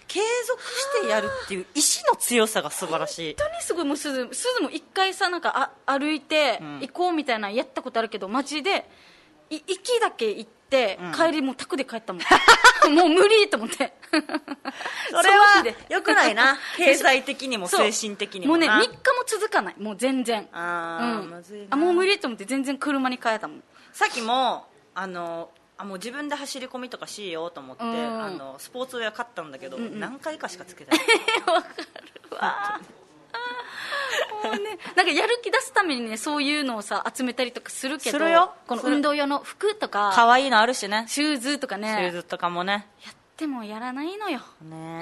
Speaker 1: 継続してやるっていう意志の強さが素晴らしい
Speaker 2: 本当にすごいもうすずすずも一回さなんかあ歩いて
Speaker 1: ん
Speaker 2: 行こうみたいなのやったことあるけど街でい行きだけ行って、
Speaker 1: ん
Speaker 2: 帰りもう宅で帰ったもん もう無理と思 って
Speaker 1: そ
Speaker 2: れ
Speaker 1: れ
Speaker 2: は
Speaker 1: は良くない な経済的にも
Speaker 2: そう
Speaker 1: 精神的にも
Speaker 2: うね
Speaker 1: な
Speaker 2: 3日も続かないもう全然
Speaker 1: あー
Speaker 2: うん
Speaker 1: まずいな
Speaker 2: あもう無理と思って全然車に変えたもん
Speaker 1: さっきもあのあもう自分で走り込みとかしようと思って、
Speaker 2: うん
Speaker 1: あのスポーツウェア買ったんだけど、何回かしかつけてない
Speaker 2: もうねなんかやる気出すためにねそういうのをさ集めたりとかするけど
Speaker 1: するよ
Speaker 2: この
Speaker 1: する
Speaker 2: 運動用の服と
Speaker 1: 可
Speaker 2: か
Speaker 1: 愛いのあるしね シ
Speaker 2: シューズとか
Speaker 1: ュー
Speaker 2: ね
Speaker 1: ズとかもね
Speaker 2: やってもやらないのよ
Speaker 1: ね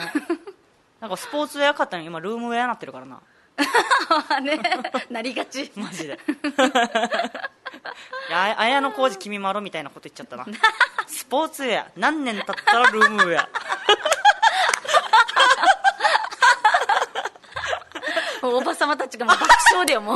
Speaker 1: なんかスポーツウェア買ったのに今ルームウェアになってるからな
Speaker 2: ねなりが ち
Speaker 1: マ ジでいやあ綾小路君まろみたいなこと言っちゃった なスポーツウェア何年経ったらルームウェ ア
Speaker 2: おばさまたちがもう爆笑だよ もう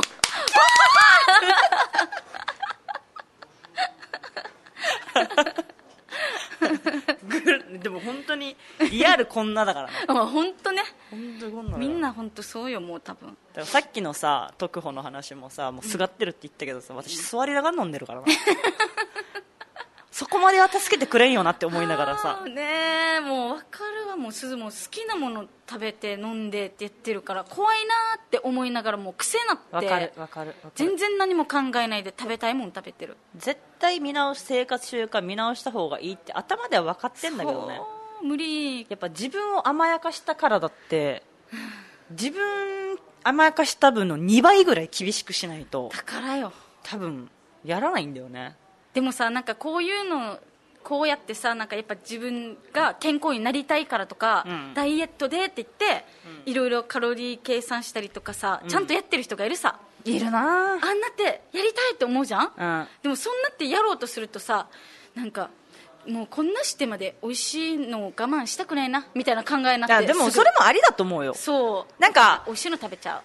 Speaker 1: ぐでも本当にリアルこんなだからね
Speaker 2: もう本当ね
Speaker 1: 本当にこんなだから
Speaker 2: みんな本当そうよもう多分
Speaker 1: だからさっきのさ特保の話もさもうすがってるって言ったけどさ私座りながら飲んでるからな そこまでは助けてくれんよなって思いながら
Speaker 2: あ
Speaker 1: さ
Speaker 2: ーねえもう分かるわもう鈴も好きなもの食べて飲んでって言ってるから怖いなーって思いながらもう癖なっ
Speaker 1: わかる
Speaker 2: て
Speaker 1: わかるわかる
Speaker 2: 全然何も考えないで食べたいもん食べてる
Speaker 1: 絶対見直し生活習慣見直した方がいいって頭では分かってんだけどね
Speaker 2: ほー無理
Speaker 1: やっぱ自分を甘やかしたからだって自分甘やかした分の2倍ぐらい厳しくしないと
Speaker 2: だからよ
Speaker 1: 多分やらないんだよね
Speaker 2: でもさなんかこういうのこうやってさなんかやっぱ自分が健康になりたいからとか、
Speaker 1: うん
Speaker 2: ダイエットでって言って、いろいろカロリー計算したりとかさ、ちゃんとやってる人がいるさ
Speaker 1: いるな
Speaker 2: あんなってやりたいって思うじゃん、
Speaker 1: うん
Speaker 2: でもそんなってやろうとするとさなんかもうこんなしてまで美味しいのを我慢したくないなみたいな考えになっ
Speaker 1: いや
Speaker 2: て
Speaker 1: でも
Speaker 2: すぐ
Speaker 1: それもありだと思うよ
Speaker 2: そう
Speaker 1: なんか
Speaker 2: 美味しいの食べちゃう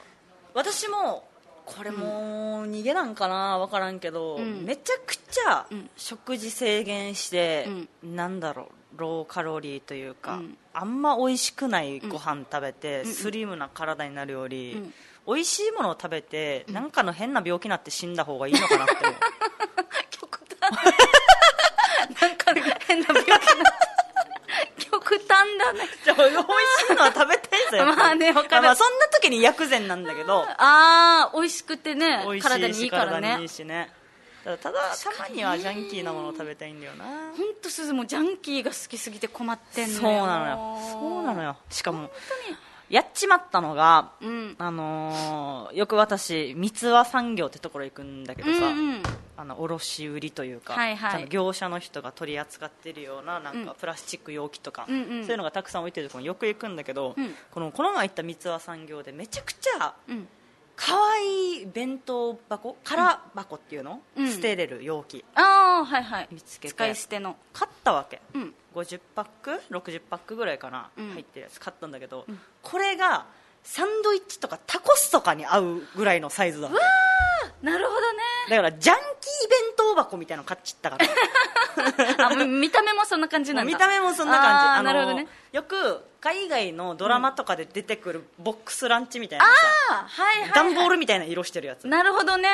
Speaker 1: 私もこれも逃げなんかな分からんけど、
Speaker 2: ん
Speaker 1: めちゃくちゃ
Speaker 2: ん
Speaker 1: 食事制限して、なんだろうローカロリーというか、
Speaker 2: うん
Speaker 1: あんま美味しくないご飯食べて、スリムな体になるより、美味しいものを食べて、なんかの変な病気になって死んだ方がいいのかなって
Speaker 2: 極端なんか変な病気になった 極端だね
Speaker 1: じゃあ美味しいのは食べたいぜやっぱり
Speaker 2: まあねわかる
Speaker 1: まあそんな時に薬膳なんだけど
Speaker 2: ああ美味しくてね
Speaker 1: 美味しいし
Speaker 2: 体にいいから
Speaker 1: 体にい
Speaker 2: ね
Speaker 1: いしねただただたまにはジャンキーなものを食べたいんだよな
Speaker 2: 本当すずもジャンキーが好きすぎて困ってんのよ
Speaker 1: そうなのよそうなのよしかもやっちまったのが、
Speaker 2: うん
Speaker 1: あのーよく私三つ輪産業ってところ行くんだけどさ、
Speaker 2: うんうん
Speaker 1: あの卸売りというか、
Speaker 2: はいはい
Speaker 1: その業者の人が取り扱ってるようななんかプラスチック容器とか、
Speaker 2: うんうん
Speaker 1: そういうのがたくさん置いてるところによく行くんだけど、
Speaker 2: うん
Speaker 1: このこの前行った三つ輪産業でめちゃくちゃ
Speaker 2: うん
Speaker 1: 可愛い弁当箱空箱っていうの、
Speaker 2: うん
Speaker 1: 捨てれる容器
Speaker 2: ああはいはい
Speaker 1: 見つけて
Speaker 2: 使い捨ての
Speaker 1: 買ったわけ、
Speaker 2: うん
Speaker 1: 50パック60パックぐらいかな、
Speaker 2: うん
Speaker 1: 入ってるやつ買ったんだけど、これがサンドイッチとかタコスとかに合うぐらいのサイズだった
Speaker 2: なるほど
Speaker 1: だからジャンキー弁当箱みたいなの買っちゃったか ら
Speaker 2: ねあもう見た目もそんな感じなんだ
Speaker 1: 見た目もそんな感じ
Speaker 2: あー
Speaker 1: あの
Speaker 2: なるほどね
Speaker 1: よく海外のドラマとかで出てくるボックスランチみたいなさ
Speaker 2: あはいはい、はい、
Speaker 1: 段、ボールみたいな色してるやつ
Speaker 2: なるほどね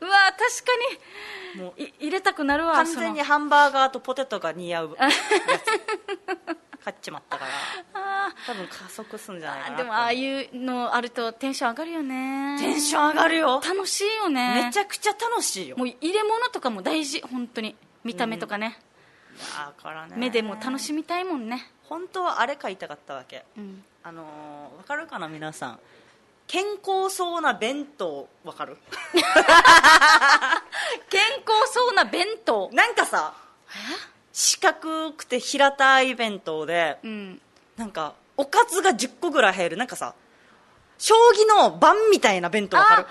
Speaker 2: うわ確
Speaker 1: も
Speaker 2: かにい入れたくなるわ
Speaker 1: 完全にハンバーガーとポテトが似合う やつ買っちまったから
Speaker 2: そのあ
Speaker 1: 多分加速すんじゃないか
Speaker 2: ー
Speaker 1: な
Speaker 2: でもああいうのあるとテンション上がるよね
Speaker 1: テンション上がるよ
Speaker 2: 楽しいよね
Speaker 1: めちゃくちゃ楽しいよ
Speaker 2: もう入れ物とかも大事本当に見た目とかね、
Speaker 1: だからね
Speaker 2: 目でも楽しみたいもんね、
Speaker 1: 本当はあれ買いたかったわけ
Speaker 2: うん、
Speaker 1: あのーわかるかな皆さん健康そうな弁当わかる
Speaker 2: 健康そうな弁当
Speaker 1: なんかさ四角くて平たい弁当で
Speaker 2: うん
Speaker 1: なんかおかずが10個ぐらい入るなんかさ将棋の盤みたいな弁当わかる
Speaker 2: あ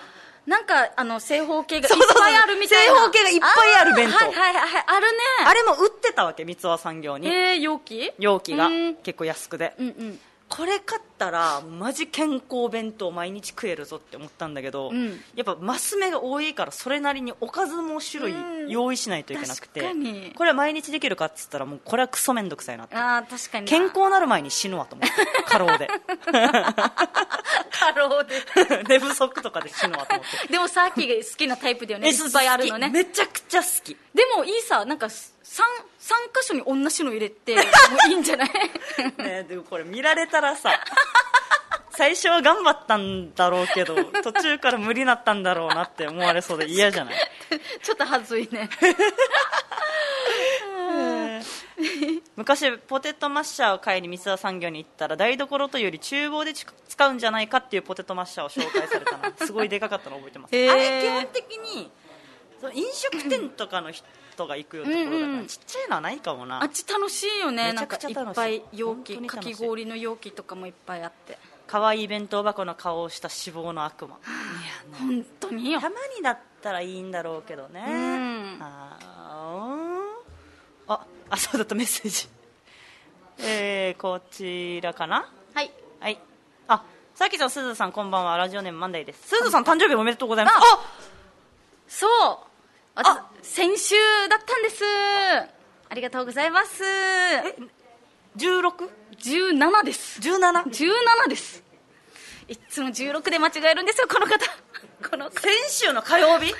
Speaker 2: なんかあの正方形がいっ
Speaker 1: そうそうそう
Speaker 2: ぱいあるみたいな
Speaker 1: 正方形がいっぱいある弁当
Speaker 2: ーはいはいはいあるね
Speaker 1: あれも売ってたわけ三輪産業に、
Speaker 2: えー、容器
Speaker 1: 容器が
Speaker 2: うん
Speaker 1: 結構安くで
Speaker 2: うんうん
Speaker 1: これ買ったらマジ健康弁当毎日食えるぞって思ったんだけど、
Speaker 2: うん
Speaker 1: やっぱマス目が多いからそれなりにおかずも種
Speaker 2: うん
Speaker 1: 類用意しないといけなくて、
Speaker 2: 確かに
Speaker 1: これ毎日できるかっつったらもうこれはクソめんどくさいなって
Speaker 2: あー確かにな
Speaker 1: 健康なる前に死ぬわと思って 過労で
Speaker 2: 過労で
Speaker 1: 寝不足とかで死ぬわと思 って
Speaker 2: でもさっきが好きなタイプだ よねいっぱいあるのね
Speaker 1: 好きめちゃくちゃ好き
Speaker 2: でもいいさなんか 3, 三箇所に同じの入 れてもういいんじゃない
Speaker 1: ねえでもこれ見られたらさ最初は頑張ったんだろうけど途中から無理なったんだろうなって思われそうで嫌じゃない
Speaker 2: ちょっと恥ずい ね
Speaker 1: 昔ポテトマッシャーを買いに三田産業に行ったら台所というより厨房でち使うんじゃないかっていうポテトマッシャーを紹介されたの すごいでかかったの覚えてます、
Speaker 2: へー
Speaker 1: あれ基本的にその飲食店とかの人が行くようなところだから、
Speaker 2: うんうん
Speaker 1: ちっちゃいのはないかもな
Speaker 2: あっち楽しいよね
Speaker 1: めち
Speaker 2: なん
Speaker 1: ゃ
Speaker 2: か
Speaker 1: くちゃ
Speaker 2: いっ
Speaker 1: 楽しい
Speaker 2: ぱい容
Speaker 1: 本
Speaker 2: 器
Speaker 1: 当に
Speaker 2: か
Speaker 1: 楽しい
Speaker 2: き氷の容器とかもいっぱいあって
Speaker 1: 可愛い弁当箱の顔をした脂肪の悪魔いやね
Speaker 2: 本当によ
Speaker 1: たまにだったらいいんだろうけどね
Speaker 2: ん
Speaker 1: あーああそうだったメッセージえー、こちらかな
Speaker 2: はい
Speaker 1: はい。あ、さきちゃん、すずさん、こんばんは。ラジオネームマンデーです。すずさん、誕生日おめでとうございます。
Speaker 2: あそう私
Speaker 1: あ
Speaker 2: 先週だったんですありがとうございます
Speaker 1: 十六、
Speaker 2: 17です
Speaker 1: 十七。先
Speaker 2: 17ですいっつも16で間違えるん ですよこの方この方
Speaker 1: 週の火曜日。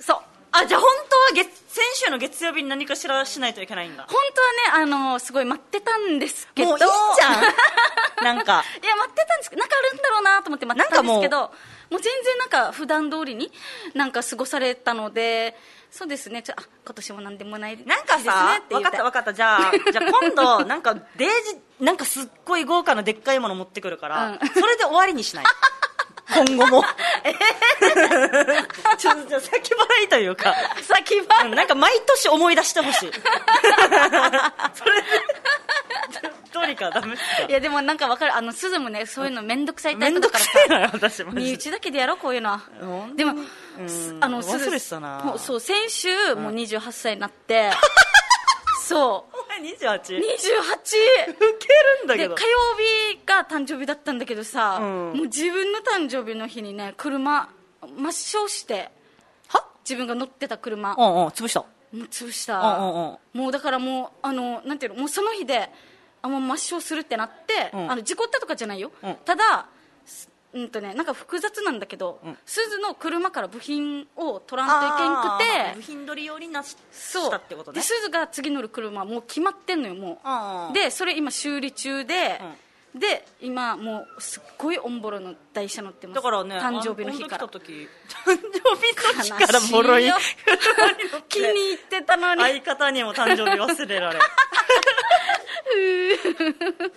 Speaker 2: そう
Speaker 1: あ、じゃ、あ本当は月、先週の月曜日に何かしらしないといけないんだ
Speaker 2: 本当はねあのすごい待ってたんですけど
Speaker 1: もういいじゃんなんか
Speaker 2: いや待ってたんですけどなんかあるんだろうなと思って待ってたんですけど
Speaker 1: な
Speaker 2: もう全然なんか普段通りになんか過ごされたのでそうですねちょあ今年もなんでもないですね
Speaker 1: なんかさ
Speaker 2: っ、て
Speaker 1: 分
Speaker 2: 言い
Speaker 1: か
Speaker 2: た
Speaker 1: った
Speaker 2: い
Speaker 1: 分かった、じゃあ、じゃあ今度、なんか、デージ、なんかすっごい豪華なでっかいもの持ってくるから、
Speaker 2: うん
Speaker 1: それで終わりに しない。今後も。 ちょっと、じゃあ先払いというか、
Speaker 2: 先
Speaker 1: う
Speaker 2: は
Speaker 1: んなんか毎年思い出してほ しい。それで、 どうにかダメです
Speaker 2: いやでもなんかわかるあの鈴もねそういうの面倒くさい
Speaker 1: か。
Speaker 2: タ
Speaker 1: め
Speaker 2: イ
Speaker 1: ん
Speaker 2: プ
Speaker 1: ど
Speaker 2: だ
Speaker 1: く
Speaker 2: から
Speaker 1: せ
Speaker 2: さ
Speaker 1: えなよ、私、マ
Speaker 2: 身
Speaker 1: ジで。
Speaker 2: 内だけでやろうこういうのは
Speaker 1: ほん
Speaker 2: でも
Speaker 1: ん
Speaker 2: すあの
Speaker 1: 忘れてた
Speaker 2: す
Speaker 1: な
Speaker 2: もうそう先週もう28歳になって そう
Speaker 1: お前 28?
Speaker 2: 28
Speaker 1: ウケるんだ
Speaker 2: で
Speaker 1: け
Speaker 2: 火
Speaker 1: ど
Speaker 2: 曜。日が誕生日だったんだけどさ、
Speaker 1: うん
Speaker 2: もう自分の誕生日の日にね車抹消して
Speaker 1: は
Speaker 2: 自分が乗ってた車
Speaker 1: う
Speaker 2: も
Speaker 1: んうん、潰した。
Speaker 2: う潰した
Speaker 1: うんうんうん
Speaker 2: もうだからもうあのなんていうのもうその日であもう抹消するってなって、
Speaker 1: うん
Speaker 2: あの事故ったとかじゃないよ、
Speaker 1: うん
Speaker 2: ただすうんとね、なんか複雑なんだけど、鈴の車から部品を取らんといけん
Speaker 1: 部
Speaker 2: くて
Speaker 1: 品取り用になし
Speaker 2: そう
Speaker 1: たってことね
Speaker 2: で鈴が次乗る車もう決まってんのよもう
Speaker 1: あー
Speaker 2: でそれ今修理中で、で今もうすっごいオンボロの台車乗ってます
Speaker 1: だからね
Speaker 2: 誕生日の日から
Speaker 1: あの時来た時誕生日の日からもろい
Speaker 2: 悲しいよ 気に入ってたのに
Speaker 1: 相方にも誕生日忘れられ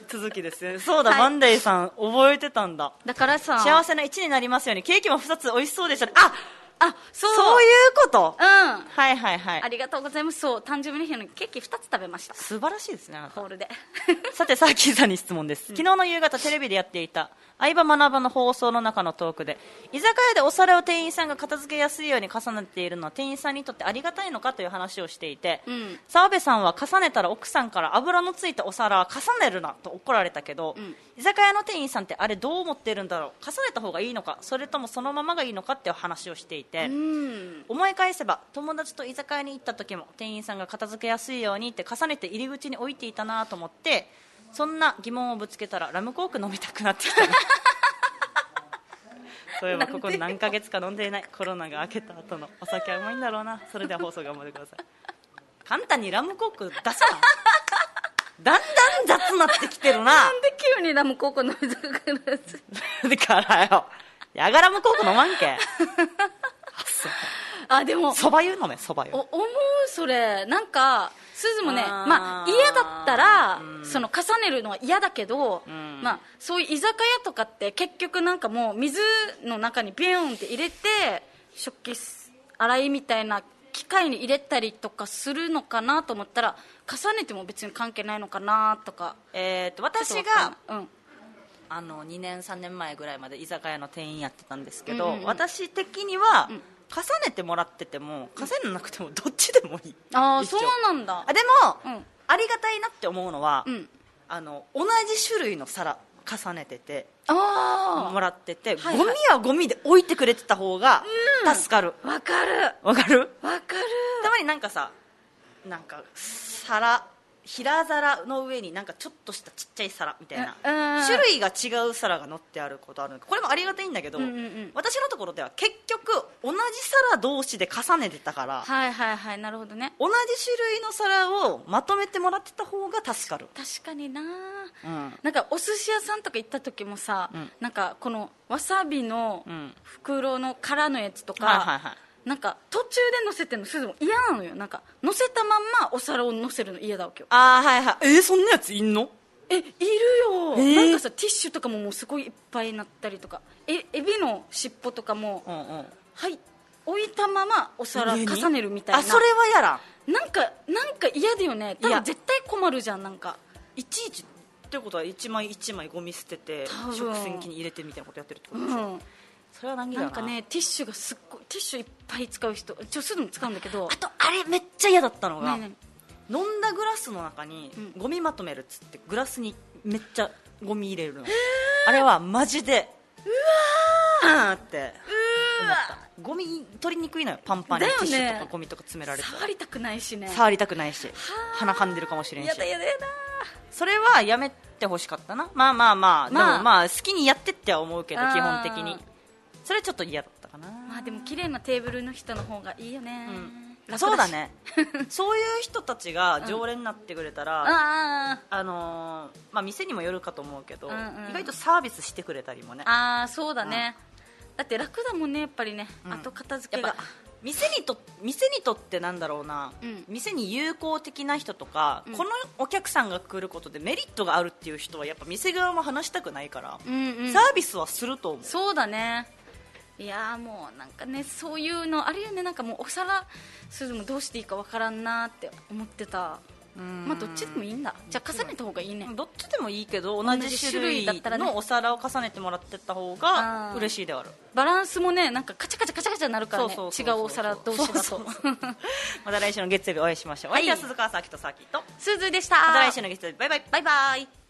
Speaker 1: 続きですねそうだ、
Speaker 2: はい
Speaker 1: マンデーさん覚えてたんだ
Speaker 2: だからさ
Speaker 1: 幸せな1になりますようにケーキも2つ美味しそうでしたねあ
Speaker 2: あそう
Speaker 1: そういうこと
Speaker 2: うんあ
Speaker 1: はいはいはい
Speaker 2: りがとうございますそう誕生日の日のケーキ2つ食べました
Speaker 1: 素晴らしいですねあなた
Speaker 2: ホール で
Speaker 1: さて、サーキーさんに質問です。昨日の夕方、テレビでやっていた、相葉学ばの放送の中のトークで、居酒屋でお皿を店員さんが片付けやすいように重ねているのは、店員さんにとってありがたいのかという話をしていて、
Speaker 2: ん
Speaker 1: 澤部さんは重ねたら奥さんから油のついたお皿は重ねるなと怒られたけど、居酒屋の店員さんってあれどう思ってるんだろう重ねた方がいいのかそれともそのままがいいのかっていう話をしていて、思い返せば友達と居酒屋に行った時も店員さんが片付けやすいようにって重ねて入り口に置いていたなと思ってそんな疑問をぶつけたらラムコーク飲みたくなってきた なそういえばここ何ヶ月か飲んでいないコロナが明けた後のお酒はうまいんだろうなそれでは放送頑張ってください簡単にラムコーク出すなだんだん雑になってきてるな
Speaker 2: なんで急にラム高校の水が来るやつ
Speaker 1: だからよやがラムコーク飲まんけ
Speaker 2: あでも
Speaker 1: そば湯飲めそば湯
Speaker 2: お思うそれなんか鈴もね
Speaker 1: あー
Speaker 2: まあ嫌だったら、その重ねるのは嫌だけど、まあそういう居酒屋とかって結局なんかもう水の中にビューンって入れて食器洗いみたいな機械に入れたりとかするのかなと思ったら重ねても別に関係ないのかなとか
Speaker 1: えー、と私
Speaker 2: ちょっとわ
Speaker 1: が
Speaker 2: かんないうん
Speaker 1: あの2年3年前ぐらいまで居酒屋の店員やってたんですけど、
Speaker 2: うんうんうん
Speaker 1: 私的には、重ねてもらってても重ねなくてもどっちでもいい、
Speaker 2: ああ
Speaker 1: 一緒
Speaker 2: そうなんだ
Speaker 1: あでも、
Speaker 2: うん
Speaker 1: ありがたいなって思うのは、
Speaker 2: うん
Speaker 1: あの同じ種類の皿重ねてて
Speaker 2: あ
Speaker 1: もらってて、
Speaker 2: はい
Speaker 1: ゴミはゴミで置いてくれてた方が助かる
Speaker 2: あわかる
Speaker 1: わ、かる
Speaker 2: わかる
Speaker 1: たまになんかさなんか皿平皿の上になんかちょっとしたちっちゃい皿みたいな、
Speaker 2: うんうん
Speaker 1: 種類が違う皿が乗ってあることあるんだけどこれもありがたいんだけど、
Speaker 2: うんうんうん
Speaker 1: 私のところでは結局同じ皿同士で重ねてたから
Speaker 2: はいはいはいなるほどね
Speaker 1: 同じ種類の皿をまとめてもらってた方が助かる、
Speaker 2: 確かにな
Speaker 1: うん
Speaker 2: なんかお寿司屋さんとか行った時もさ、
Speaker 1: ん
Speaker 2: なんかこのわさびの
Speaker 1: うん
Speaker 2: 袋の殻のやつとか、
Speaker 1: はいはいはい
Speaker 2: なんか途中で乗せてるのすずも嫌なのよなんか乗せたまんまお皿を乗せるの嫌だわけよ
Speaker 1: ああはいはいえーそんなやついんの
Speaker 2: えいるよ、
Speaker 1: えー
Speaker 2: なんかさティッシュとかももうすごいいっぱいになったりとかえエビの尻尾とかも、
Speaker 1: うんうん
Speaker 2: はい置いたままお皿
Speaker 1: 上に
Speaker 2: 重ねるみたいな
Speaker 1: あそれはやらん
Speaker 2: なんかなんか嫌だよね多
Speaker 1: いや
Speaker 2: 分絶対困るじゃんなんか
Speaker 1: いちいちってことは一枚一枚ゴミ捨てて
Speaker 2: 多分
Speaker 1: 食洗機に入れてみたいなことやってるってこ
Speaker 2: う
Speaker 1: とでしょ、
Speaker 2: ん
Speaker 1: それは難儀だ
Speaker 2: な
Speaker 1: なん
Speaker 2: かねティッシュがすっごいティッシュいっぱい使う人ちょすぐ使うんだけど
Speaker 1: あとあれめっちゃ嫌だったのが、
Speaker 2: ねえね
Speaker 1: 飲んだグラスの中に
Speaker 2: うん
Speaker 1: ゴミまとめるっつってグラスにめっちゃゴミ入れるの、あれはマジでうわーって思ったゴミ取りにくいのよパンパンに、
Speaker 2: だよ
Speaker 1: テ
Speaker 2: ね
Speaker 1: ィッシュとかゴミとか詰められ
Speaker 2: え
Speaker 1: て
Speaker 2: 触りたくないしね
Speaker 1: 触りたくないし鼻かんでるかもしれんし
Speaker 2: やだやだやだ
Speaker 1: それはやめてほしかったなまあまあまあ、
Speaker 2: まあ
Speaker 1: でもまあ好きにやってっては思うけど
Speaker 2: あー
Speaker 1: 基本的にそれちょっと嫌だったかな、
Speaker 2: まあでも綺麗なテーブルの人の方がいいよね、
Speaker 1: うん
Speaker 2: 楽だし
Speaker 1: そうだ ねそういう人たちが常連になってくれたら、
Speaker 2: あー
Speaker 1: あのーまあ、店にもよるかと思うけど、
Speaker 2: うんうん
Speaker 1: 意外とサービスしてくれたりもね
Speaker 2: あーそうだね、だって楽だもんねやっぱりね、
Speaker 1: うん
Speaker 2: 後片付
Speaker 1: や
Speaker 2: け
Speaker 1: っ
Speaker 2: が
Speaker 1: ぱ店にと店にとってなんだろうな、
Speaker 2: うん
Speaker 1: 店に友好的な人とか、このお客さんが来ることでメリットがあるっていう人はやっぱ店側も話したくないから、
Speaker 2: うんうん
Speaker 1: サービスはすると思う
Speaker 2: そうだねいやーもうなんかねそういうのあるよねなんかもうお皿するのもどうしていいかわからんなーって思ってたまあどっちでもいいんだじゃあ重ねた方がいいね
Speaker 1: どっちでもいいけど同じ種類
Speaker 2: 同じ種類だったらね
Speaker 1: のお皿を重ねてもらってった方が
Speaker 2: あー
Speaker 1: 嬉しいである
Speaker 2: バランスもねなんかカチャカチャカチャカチャなるからね
Speaker 1: そうそうそう
Speaker 2: 違
Speaker 1: そう
Speaker 2: うお皿同士だと
Speaker 1: そうそうそ うまた来週の月曜日お会いしましょう、
Speaker 2: はい
Speaker 1: お相手は鈴川さきとさきと
Speaker 2: すずでした
Speaker 1: また来週の月曜日バイバイ
Speaker 2: バイバイ